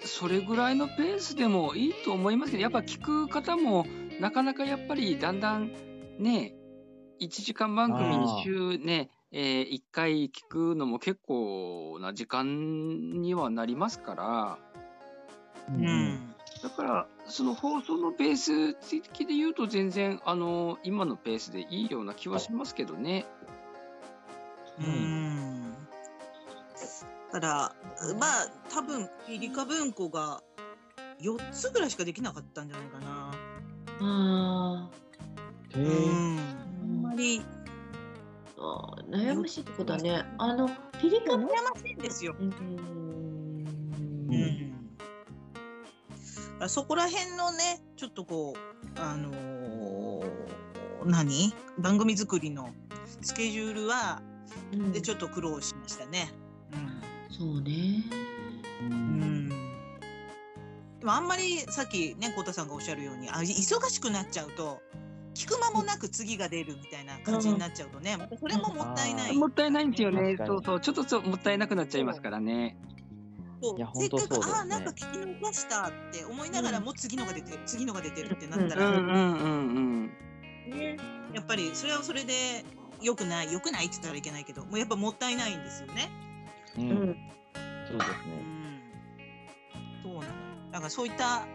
S2: それぐらいのペースでもいいと思いますけどやっぱ聞く方もなかなかやっぱりだんだんね1時間番組
S4: あ
S2: に
S4: ー
S2: 週ね、え1回聞くのも結構な時間にはなりますから
S4: う
S1: うんん
S2: だからその放送のペース的で言うと全然あの今のペースでいいような気はしますけどね。
S1: う
S4: うん
S1: んだからまあ多分理科文庫が4つぐらいしかできなかったんじゃないかな。
S3: あ
S4: へ
S1: う
S4: ー
S1: ん、あんまり
S3: ーあー、悩ましいとこだね。あの、ピリカ
S1: 悩
S3: の。
S1: ましいんですよ。
S3: う。
S1: うんん、だからそこら辺のねちょっとこうあのー何番組作りのスケジュールはでちょっと苦労しましたね。
S3: そうね。
S1: うんうんでもあんまりさっきねこうたさんがおっしゃるようにあ忙しくなっちゃうと聞く間もなく次が出るみたいな感じになっちゃうとね、またそれももったいない
S2: もったいないんですよね
S4: 確かに
S2: そうそうちょっとそうもったいなくなっちゃいますからね。
S1: そう
S4: いや
S1: せ
S4: 本
S1: っか
S4: 当
S1: く、
S4: そうだよね
S1: ああなんか聞き逃したって思いながらも、次のが出てる次のが出てるってなった
S2: う
S1: ら、
S2: んうんうんうん。
S1: ね、やっぱりそれはそれで良くない良くないって言ったらいけないけどもうやっぱもったいないんですよね。
S4: うん
S7: うん
S4: そうです
S1: う
S4: ね。
S1: ん、そうなのよだからそういった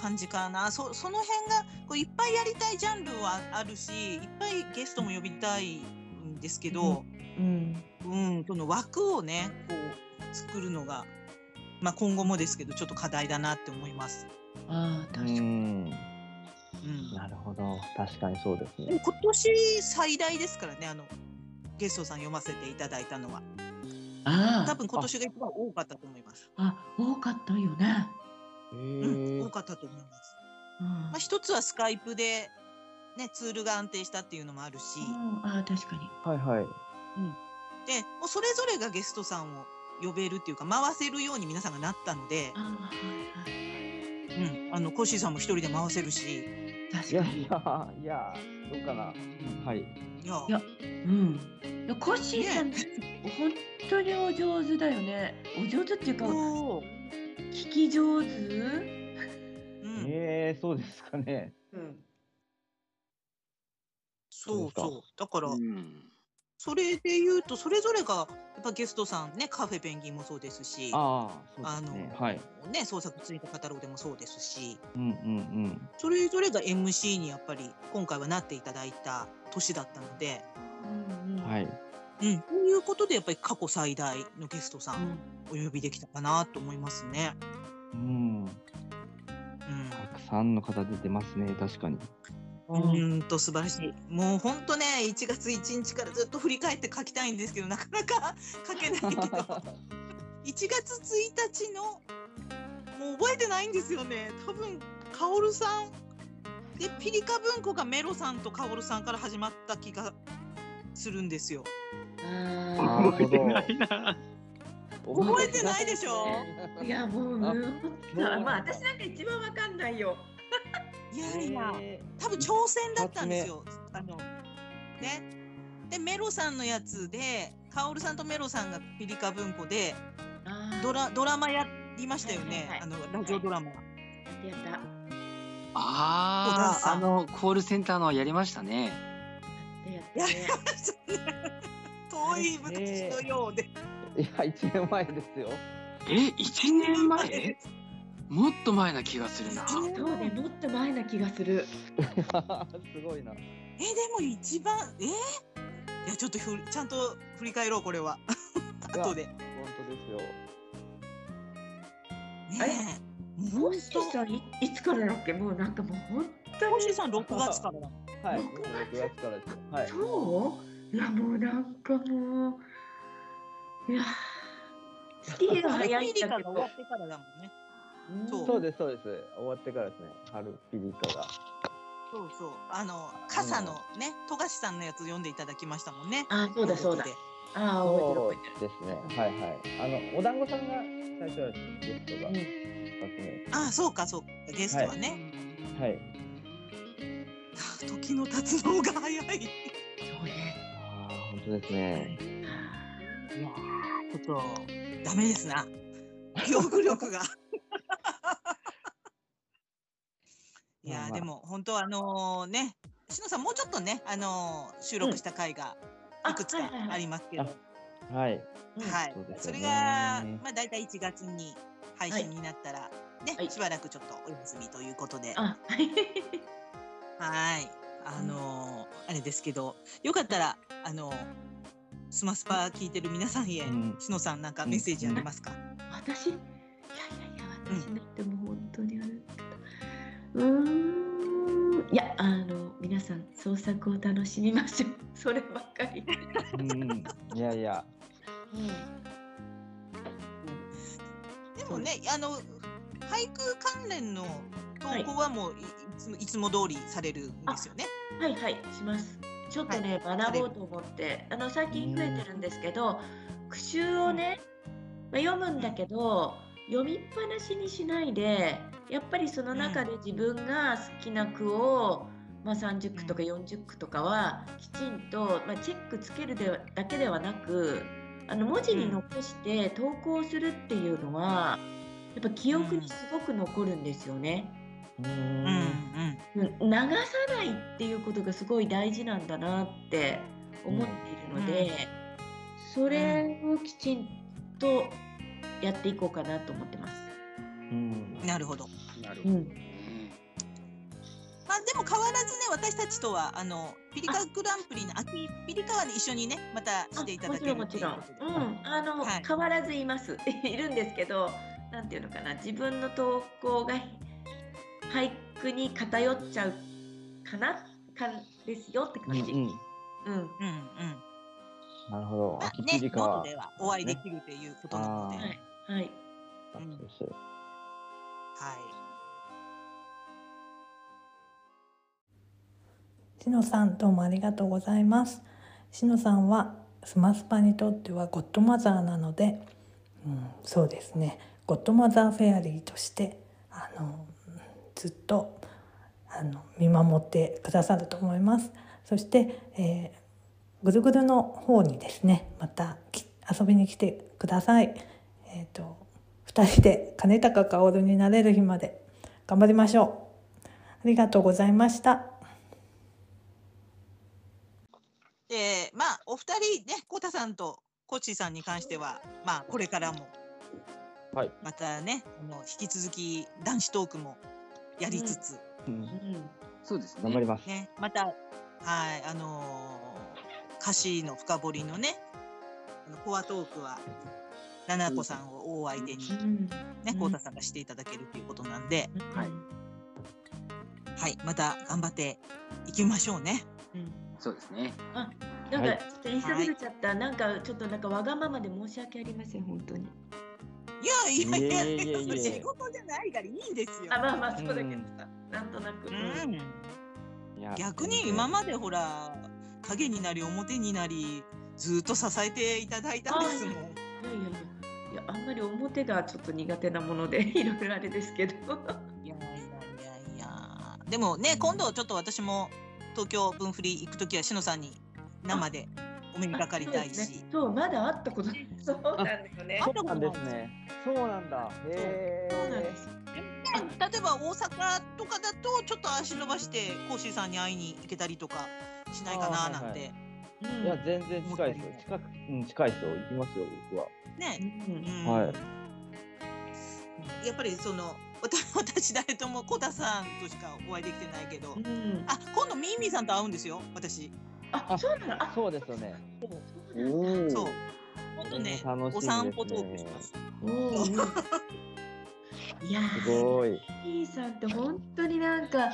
S1: 感じかなそその辺がこういっぱいやりたいジャンルはあるしいっぱいゲストも呼びたいんですけど、
S3: うん。
S1: うん、その枠をねこう作るのが、まあ、今後もですけどちょっと課題だなって思います。
S3: ああ、
S4: う
S3: 確かに。
S4: ん、
S1: うん
S4: なるほど、確かにそうです
S1: でも
S4: ね。
S1: 今年最大ですからねあのゲストさん読ませていただいたのは
S3: あ
S1: 多
S3: あ、
S1: 分今年が一番多かったと思います。
S3: あ、多かったよね。
S1: うん、多かったと思います。
S3: うん。
S1: まあ、一つはスカイプで、ね、ツールが安定したっていうのもあるし、
S3: うんああ、確かに。
S4: はいはい。
S1: でもうそれぞれがゲストさんを呼べるっていうか回せるように皆さんがなったので
S3: あ、あ、はいは
S1: うん、あのコッシーさんも一人で回せるし
S3: い。確
S4: いや
S3: か
S4: い
S3: に。
S4: やいやどうかな。はい。
S1: いや
S3: いやうん。いやコッシーさん、本当にお上手だよね。お上手っていうか、
S1: お
S3: 聞き上
S1: う
S3: 手。
S1: ん、
S4: ええそうですかね。
S3: うん。
S1: そう
S4: そう
S1: そうだから
S2: うん
S1: それで言うとそれぞれがやっぱゲストさんねカフェペンギンもそうですし
S4: ああ、そうですね。
S1: あの
S4: はい。
S1: ね、創作ツイートカタログでもそうですし
S4: うんうん
S1: それぞれが MC にやっぱり今回はなっていただいた年だったので。
S3: うん
S4: うん。はい。
S1: うん、ということでやっぱり過去最大のゲストさ
S3: うんん
S1: お呼びできたかなと思いますね。
S4: うん。
S1: うん
S4: たくさんの方出てますね、確かに。
S1: うーんと素晴らしい。もう本当ね、1月1日からずっと振り返って書きたいんですけど、なかなか 書けないけど、1月1日の、もう覚えてないんですよね。多分、カオルさん、で、ピリカ文庫がメロさんとカオルさんから始まった気がするんですよ。
S3: あ
S4: なる
S2: 覚え
S4: ほ
S2: て
S4: ど
S2: ないな。
S1: 覚えてないでしょ
S3: ーいや、もう、
S4: あ
S3: うんまあ、私なんか一番わかんないよ。
S1: いやいや、
S4: え
S1: 多分挑戦だったんですよ。あの、ね。で、メロさんのやつで、カオルさんとメロさんがピリカ文庫で、
S3: あ
S1: ドラドラマやりましたよね、
S3: はいはいはい
S1: あのラジオドラマ。
S3: やったやった。や
S2: あ
S1: 小
S2: あ、
S1: 田さん
S2: あのコールセンターのやりましたね。
S3: ったやったね。
S1: 遠い昔のようで。
S4: ーいや、一年前ですよ。
S2: え、一年前？もっと前な気がするな。
S1: 一年
S3: そ うね、もっと前な気がする。
S4: すごいな。
S1: えでも一番えいやちょっとふちゃんと振り返ろうこれは後で。ね
S4: 本当ですよ。
S1: え
S3: あれ
S1: 本
S3: もし
S1: 当
S3: さん、いいつからだっけ、もうなんかもう本当
S1: コ
S3: に
S1: ッ。シーさん6月からだ。
S4: はい。
S3: 六月
S4: 6月からですよ。はい。
S3: そういやもうなんかもういやースキーが早い
S1: ピ
S3: ん
S1: リ
S3: だ
S1: カ
S3: け
S1: が
S3: ど
S1: 終わってからだもんね。そう
S4: そうです、そうです。終わってからですね。春ピリカが。
S1: そうそう。あの傘のね富樫さんのやつ読んでいただきましたもんね。
S3: あそうだそうだ
S1: とい
S3: ああ
S4: そ
S3: 覚
S4: うですね。はいはい。あの、お団子さんが最初はゲスト
S3: えてる
S4: が
S3: 覚えてる
S1: うこ
S4: 二つ目
S1: とであそうかそうかゲストはね、
S4: はい。
S1: 時の経つのが早い。
S3: うんそうね
S4: ああ、本当ですね。
S1: いやーちょっとダメです な記憶力が。いや
S4: まあ
S1: ー
S4: まあ
S1: でも本当はあのねしのさんもうちょっとねあのー収録した回が
S3: うん
S1: いくつか
S3: あはいはいはい
S1: ありますけど、
S4: あ
S1: はい
S4: はい。
S3: うん
S4: そうです
S1: そ
S4: よね
S1: れがまあだいたい1月に配
S3: はい
S1: 信になったら、ね
S3: はい
S1: しばらくちょっとお休みということで、
S3: あはい
S1: はい。あのーあれですけど、よかったら、あのースマスパ聞いてる皆さんへ、
S4: うん
S1: しのさんなんかメッセージありますか、
S3: 私いやいやいや私なんてもう本当にあれだけどうーんいやあの皆さん創作を楽しみましょうそればっかり、
S4: うん。いやいや。
S1: でもね、あの、俳句関連の
S3: はい
S1: 投稿はもうい,、つもいつも通りされるんですよね。
S3: はいはいします。ちょっとね、学ぼうと思ってあの最近増えてるんですけど句集をね、まあ、読むんだけど読みっぱなしにしないでやっぱりその中で自分が好きな句を、まあ、30句とか40句とかはきちんと、まあ、チェックつけるではだけではなくあの文字に残して投稿するっていうのはやっぱ記憶にすごく残るんですよね。
S4: う
S1: うんんうん
S3: うん流さないっていうことがすごい大事なんだなって思っているので、
S1: うん
S3: それをきちんとやっていこうかなと思ってます。
S4: うん
S1: なるほど。
S2: なる
S3: う
S2: ほどね。
S3: ん、
S1: まあでも変わらずね私たちとはあのピリカグランプリの秋ピリカはね一緒にねまたしていただける
S3: あもちろんも
S1: とい
S3: ち
S1: うこ
S3: ろ
S1: と
S3: ん、
S1: で
S3: うん、あの、
S1: はい
S3: 変わらずいますいるんですけどなんていうのかな自分の投稿が俳句に偏っちゃうかなかですよって
S4: うんう
S3: 感じ、うん
S1: う
S4: ん
S1: んうん。
S4: なるほど。
S1: まあ
S4: 秋
S1: ね
S4: ピリカ
S1: ノー
S4: は
S1: トではお会いできるということなので、
S4: あ
S1: はい。
S3: はい、
S4: あそうです
S5: しのさんどうもありがとうございます。しのさんはスマスパにとってはゴッドマザーなので、うん、そうですねゴッドマザーフェアリーとしてあのうんずっとあの見守ってくださると思います。そして、えーぐるぐるの方にですねまたき遊びに来てください。えっ、と2人で金高薫になれる日まで頑張りましょう。ありがとうございました。
S1: でまあお二人ねコタさんとコッチーさんに関してはまあこれからも
S4: はい
S1: またねあの引き続き男子トークもやりつつ、
S4: うん
S3: うん
S2: そうですね。
S4: 頑張ります。
S1: ね、また、はい、あのー歌詞の深掘りのね、あのコアトークは、ななこさんを大相手に、
S3: うん
S1: ね、
S3: うん
S1: こうたさんがしていただけるということなんで、
S2: はい
S1: はい、また頑張っていきましょうね。
S3: うん
S2: そうですね。
S3: なんか
S4: はい
S3: ちょっと言いそびれちゃった、なんかちょっとなんかわがままで申し訳ありません本当に
S1: いやいやいや
S4: いえいえいえいえ
S1: それ仕事じゃないからいいんですよ
S3: あ。まあまあそううんだけどさ、なんとなく、う
S1: うんん、
S4: いや
S1: 逆に今までほら、影になり表になり、ずっと支えていただいたんですもん。
S3: いやいやいやいやあんまり表がちょっと苦手なもので いろいろあれですけど
S1: いやいやいやいや。でもね、今度ちょっと私も東京分振り行くときはしのさんに生でお目にかかりたい
S3: あそうです
S1: し
S3: ね。そうまだ会ったことないそうなんだよね
S4: そうなんですね。そうなんだ。へ
S3: そうなんで
S4: え。
S3: す
S1: 例えば大阪とかだとちょっと足伸ばしてコーシーさんに会いに行けたりとかしないかななんて、
S4: あーはい
S3: うん
S4: いや全然近いですよ。近く、うん、近いですよ。行きますよ僕は。
S1: ね。
S3: うん
S1: うん
S4: はい
S1: やっぱりそのわた 私誰ともコタさんとしかお会いできてないけど、
S3: うん
S1: あ今度ミーミーさんと会うんですよ私。
S3: あそうなのあ
S4: そうですよね。
S3: そうなんだ
S1: そう。今度ね
S4: 楽しみですね
S1: お散歩トークします。
S3: お ーいや
S4: す
S3: ー
S4: ごい。
S3: P さんって本当になんか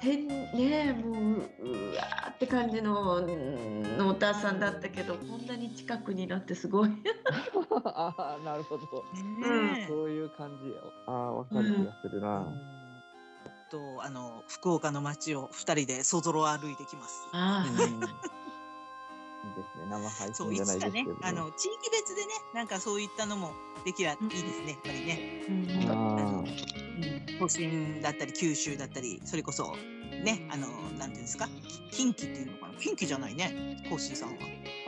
S3: 変ねもうううわーって感じのうんのお母さんだったけどこんなに近くになってすごい。
S4: ああなるほど。
S1: ねえ
S4: そういう感じ。ああわかる気がするな。
S1: とあの福岡の街を二人でそぞろ歩いてきます。
S3: あ
S4: うんいいですね生配
S1: そう
S4: 信
S1: い
S4: じゃな
S1: つ
S4: い
S1: か
S4: です
S1: ね
S4: けど。
S1: あの地域別でねなんかそういったのもできりゃいいですねやっぱりね
S3: うん
S1: あ
S4: あ
S1: の都心だったり九州だったりそれこそねあのなんていうんですか近畿っていうのかな近畿じゃないねコッシーさんは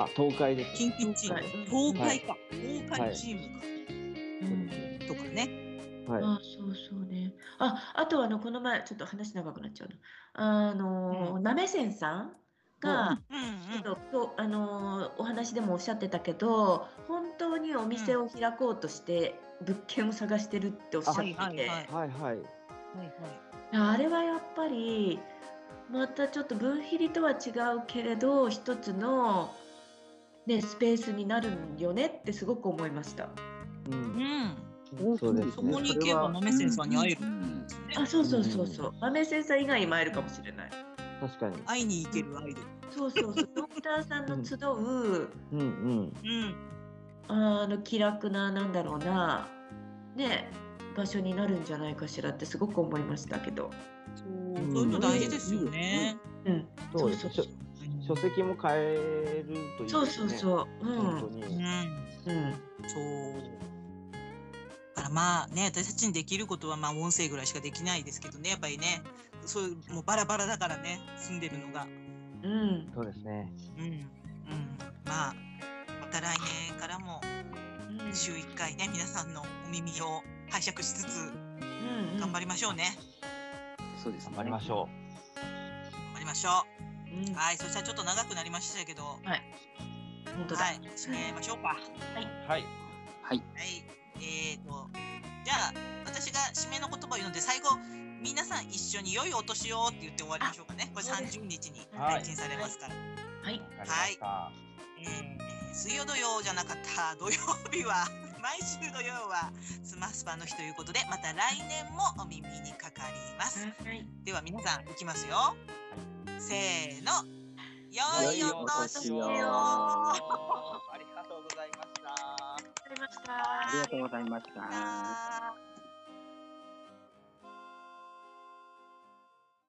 S4: ああ東海です。
S1: 近畿チーム
S3: 東
S1: 東海か東海チームかとかね
S4: はい。
S3: あそうそうね。ああとあのこの前ちょっと話長くなっちゃうな。あのーなめせんさんが、
S1: うんうん
S3: ちょっとあのーお話でもおっしゃってたけど本当にお店を開こうとして物件を探してるっておっしゃっ
S1: は
S3: て
S1: い
S3: て。
S1: はいはいはい
S4: はいはい。
S1: はい
S3: あれはやっぱりまたちょっと分比りとは違うけれど一つの、ね、スペースになるよねってすごく思いました。
S4: う。
S1: うんん
S4: そうですね。
S1: そこに行けば豆先さんに会える
S2: うんん
S1: ですね
S3: あそうそうそうそう豆先生以外にも会えるかもしれない。
S4: 確かに。
S1: 会いに行けるアイドル
S3: そうそうそう ドクターさんの集う
S4: うんうん。
S1: うん
S3: あの気楽ななんだろうなね場所になるんじゃないかしらってすごく思いましたけど。
S1: そうそういうの大事ですよね
S3: うん、
S4: そうです。
S3: そう
S4: 書書籍も変えるという。
S3: そうそうそう。う
S4: 本
S3: ん
S4: 当
S1: う
S4: に。
S1: ん
S3: うん
S1: そう。だからまあね、私たちにできることはまあ音声ぐらいしかできないですけどね、やっぱりね、そういうもうバラバラだからね、住んでるのが。
S3: うん
S4: そうですね。
S1: うん。うん。まあ、また来年からも週1回ね皆さんのお耳を拝借しつつ
S3: うんうん
S1: 頑張りましょうね
S2: そうですね
S4: 頑張りましょ
S1: 頑張りましょ
S3: うん
S1: うはいそしたらちょっと長くなりましたけどは
S3: 本当だ。
S1: い締めましょうかは
S4: う。はい。
S2: はい。
S1: いえーとじゃあ私が締めの言葉を言うので最後皆さん一緒に良いお年をって言って終わりましょうかねこれ30日に
S4: はい
S1: 配信されますから
S3: はい。
S4: わかりました。
S1: えー水曜土曜じゃなかった土曜日は毎週土曜はスマスパの日ということでまた来年もお耳にかかります
S3: はい。
S1: では皆さんいきますよせーの良いお年を
S2: 良いお年
S1: さ
S4: ありがとうございました。
S3: ありがとうございました。
S2: ありがとうございました。
S1: あ